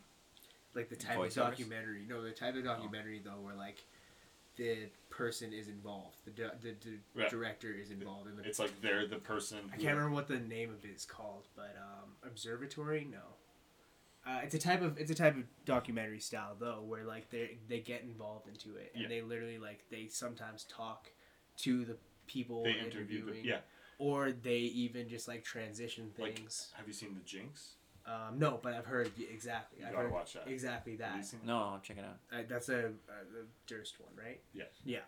A: like the type
B: Voiceovers?
A: of documentary no the type of documentary though where like the person is involved the, du- the, the
C: Right.
A: director is involved in the
C: It's like they're the person.
A: I
C: who-
A: can't remember what the name of it is called, but um, observatory. No, uh, it's a type of it's a type of documentary style though, where like they they get involved into it and
C: Yeah.
A: they literally like they sometimes talk to the people
C: They interview the
A: interviewing,
C: yeah.
A: or they even just like transition
C: Like-
A: things.
C: Have you seen the Jinx?
A: um, no, but I've heard yeah, exactly.
C: You
A: I've
C: gotta
A: heard
C: watch that.
A: exactly
C: Have you
A: that.
C: seen it?
B: No, I'll check it out.
A: Uh, that's a, uh the Durst one, right?
C: Yeah.
A: Yeah,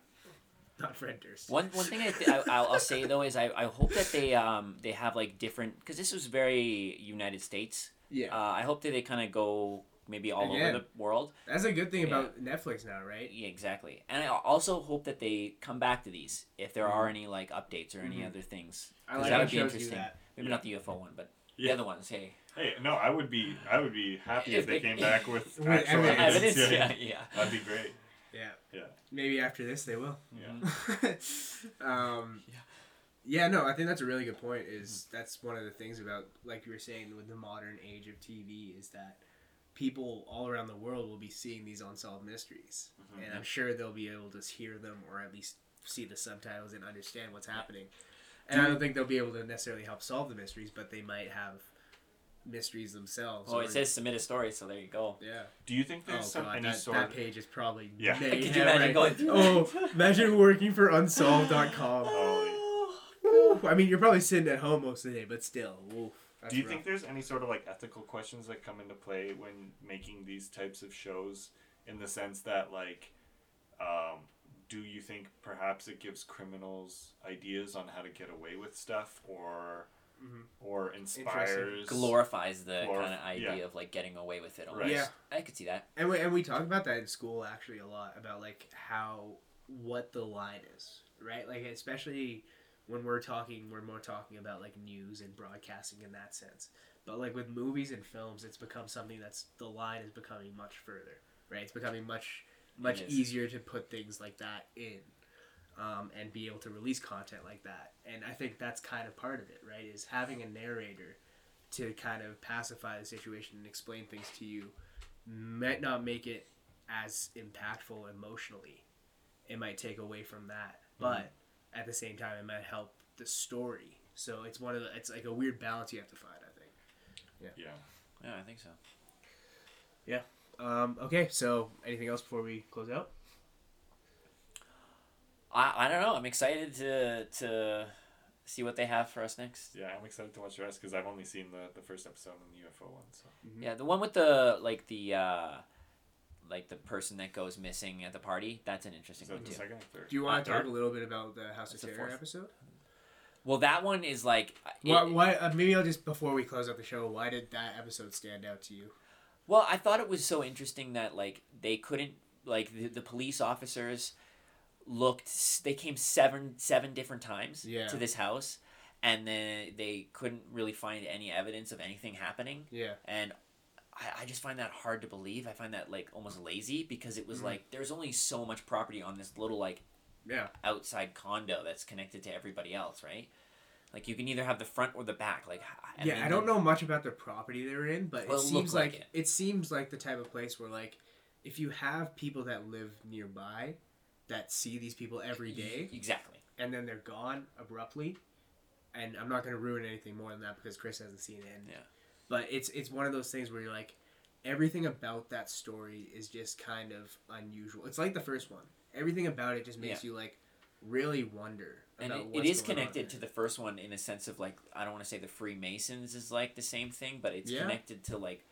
A: not Fred Durst.
B: One one thing I th- I, I'll, I'll say though is I, I hope that they um they have like different because this was very United States.
A: Yeah.
B: Uh, I hope that they kind of go maybe all
A: Yeah.
B: over the world.
A: That's a good thing about Netflix now, right?
B: Yeah, exactly. And I also hope that they come back to these if there are any like updates or any
A: Mhm.
B: other things.
A: Mm-hmm. I
B: 'Cause
A: like
B: that
A: how
B: would
A: it
B: be
A: shows you
B: interesting.
A: that.
B: Maybe not the UFO one, but the
C: Yeah.
B: other ones. Hey,
C: Hey, no, I would be I would be happy if
B: If
C: they
B: they-
C: came back with
A: With
C: actual
A: evidence.
C: evidence.
B: evidence.
C: Yeah.
B: Yeah, yeah.
C: That'd be great.
A: Yeah.
C: Yeah.
A: Maybe after this they will.
C: Yeah.
A: um, yeah.
B: Yeah. Mm-hmm.
A: no, I think that's a really good point. Is that's one of the things about, like you were saying, with the modern age of TV, is that people all around the world will be seeing these unsolved mysteries,
B: Mm-hmm.
C: Mhm.
A: and I'm sure they'll be able to hear them or at least see the subtitles and understand what's happening. And I don't think they'll be able to necessarily help solve the mysteries, but they might have mysteries themselves.
B: Oh,
A: or-
B: it says submit a story, so there you go.
A: yeah.
C: Do you think
A: Oh
C: there's some,
A: god,
C: any
A: that,
C: sort
A: that
C: of
A: page is probably
C: Yeah.
A: mayhem
B: Could you imagine
A: right-
B: going through
A: Oh,
B: that?
A: imagine working for Unsolved.com.
C: Oh,
A: Ooh, I mean, you're probably sitting at home most of the day, but still. Oof, that's
C: Do you
A: rough.
C: think there's any sort of like ethical questions that come into play when making these types of shows in the sense that like um do you think perhaps it gives criminals ideas on how to get away with stuff or
A: Mhm.
C: or inspires
B: Glorifies the
C: Glorif-
B: kind of idea
C: yeah.
B: of like getting away with it. Almost.
C: Right.
A: Yeah.
B: I could see that.
A: And we and we talk about that in school actually a lot about like how what the line is, right? Like especially when we're talking, we're more talking about like news and broadcasting in that sense. But like with movies and films, it's become something that's the line is becoming much further, right? It's becoming much much
B: is.
A: easier to put things like that in. Um, and be able to release content like that, and I think that's kind of part of it, right? Is having a narrator to kind of pacify the situation and explain things to you might not make it as impactful emotionally. It might take away from that, but at the same time, it might help the story. So it's one of the, it's like a weird balance you have to find. I think.
C: Yeah.
B: Yeah, I think so.
A: Um, okay, so anything else before we close out?
B: I, I don't know. I'm excited to to see what they have for us next.
C: Yeah, I'm excited to watch the rest because I've only seen the, the first episode and the UFO one. So
B: Yeah, the one with the like the uh like the person that goes missing at the party. That's an interesting
C: is that
B: one
C: the
B: too.
C: second or third?
A: Do you want to
B: Uh,
A: talk a little bit about the House of
B: That's the
A: Terror
B: fourth.
A: episode?
B: Well, that one is like uh, it-
A: Why? why uh, maybe I'll just before we close out the show. Why did that episode stand out to you?
B: Well, I thought it was so interesting that like they couldn't like the, the police officers looked s- they came seven seven different times
A: Yeah.
B: to this house and then they couldn't really find any evidence of anything happening
A: Yeah.
B: and I, I just find that hard to believe. I find that like almost lazy because it was
A: Mhm.
B: like there's only so much property on this little like
A: Yeah.
B: outside condo that's connected to everybody else, right? Like you can either have the front or the back. Like h-
A: yeah,
B: mean,
A: I don't
B: like-
A: know much about the property they're in, but
B: Well,
A: it
B: it
A: seems
B: looked
A: like,
B: like
A: it. seems like the type of place where like if you have people that live nearby that see these people every day
B: Exactly.
A: and then they're gone abruptly, and I'm not gonna ruin anything more than that because Chris hasn't seen it. and-
B: Yeah.
A: But it's it's one of those things where you're like, everything about that story is just kind of unusual. It's like the first one. Everything about it just makes you like really wonder.
B: and
A: about
B: it, it
A: what's
B: is
A: going on
B: connected to
A: there.
B: the first one in a sense of like I don't want to say the Freemasons is like the same thing, but it's
A: Yeah.
B: connected to like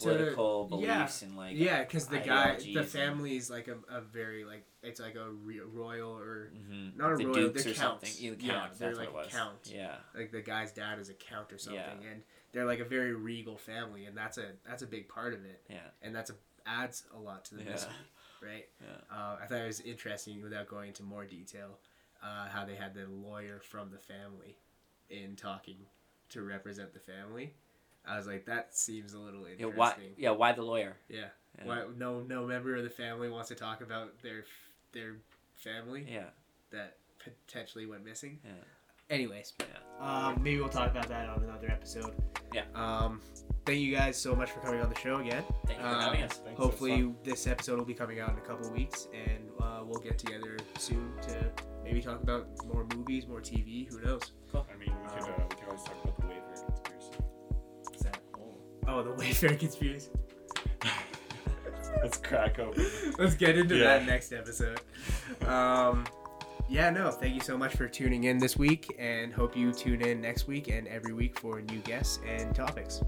A: To-
B: political
A: yeah.
B: beliefs and like
A: yeah because the guy
B: ideologies
A: the
B: and-
A: family is like a, a very like it's like a re- royal or
B: Mhm.
A: Not a
B: the
A: royal,
B: Dukes
A: they're
B: or something.
A: counts.
B: Yeah, the
A: Yeah,
B: counts,
A: they're
B: that's what
A: like
B: it was.
A: counts.
B: Yeah,
A: like the guy's dad is a count or something
B: Yeah.
A: and they're like a very regal family and that's a that's a big part of it
B: yeah,
A: and that's a adds a lot to the
B: Yeah.
A: mystery right
B: Yeah.
A: uh, i thought it was interesting without going into more detail uh, how they had the lawyer from the family in talking to represent the family i was like that seems a little
B: yeah.
A: interesting
B: Why? Yeah, why the lawyer?
A: yeah.
B: Yeah.
A: Why no no member of the family wants to talk about their their family
B: Yeah,
A: that potentially went missing.
B: Yeah.
A: Anyways,
B: Yeah.
A: um, maybe we'll talk about that on another episode.
B: Yeah.
A: Um, thank you guys so much for coming on the show again.
B: thank you for
A: Uh,
B: having us.
C: Thanks, that's
A: Hopefully, this episode will be coming out in a couple weeks, and uh, we'll get together soon to maybe talk about more movies, more TV. Who knows?
C: fun. I mean, we could, uh, we could always talk about the waiver conspiracy.
A: Is that? Oh, the Wayfair conspiracy.
C: Let's crack open.
A: Let's get into
C: Yeah.
A: that next episode. Um, yeah, no, thank you so much for tuning in this week, and hope you tune in next week and every week for new guests and topics.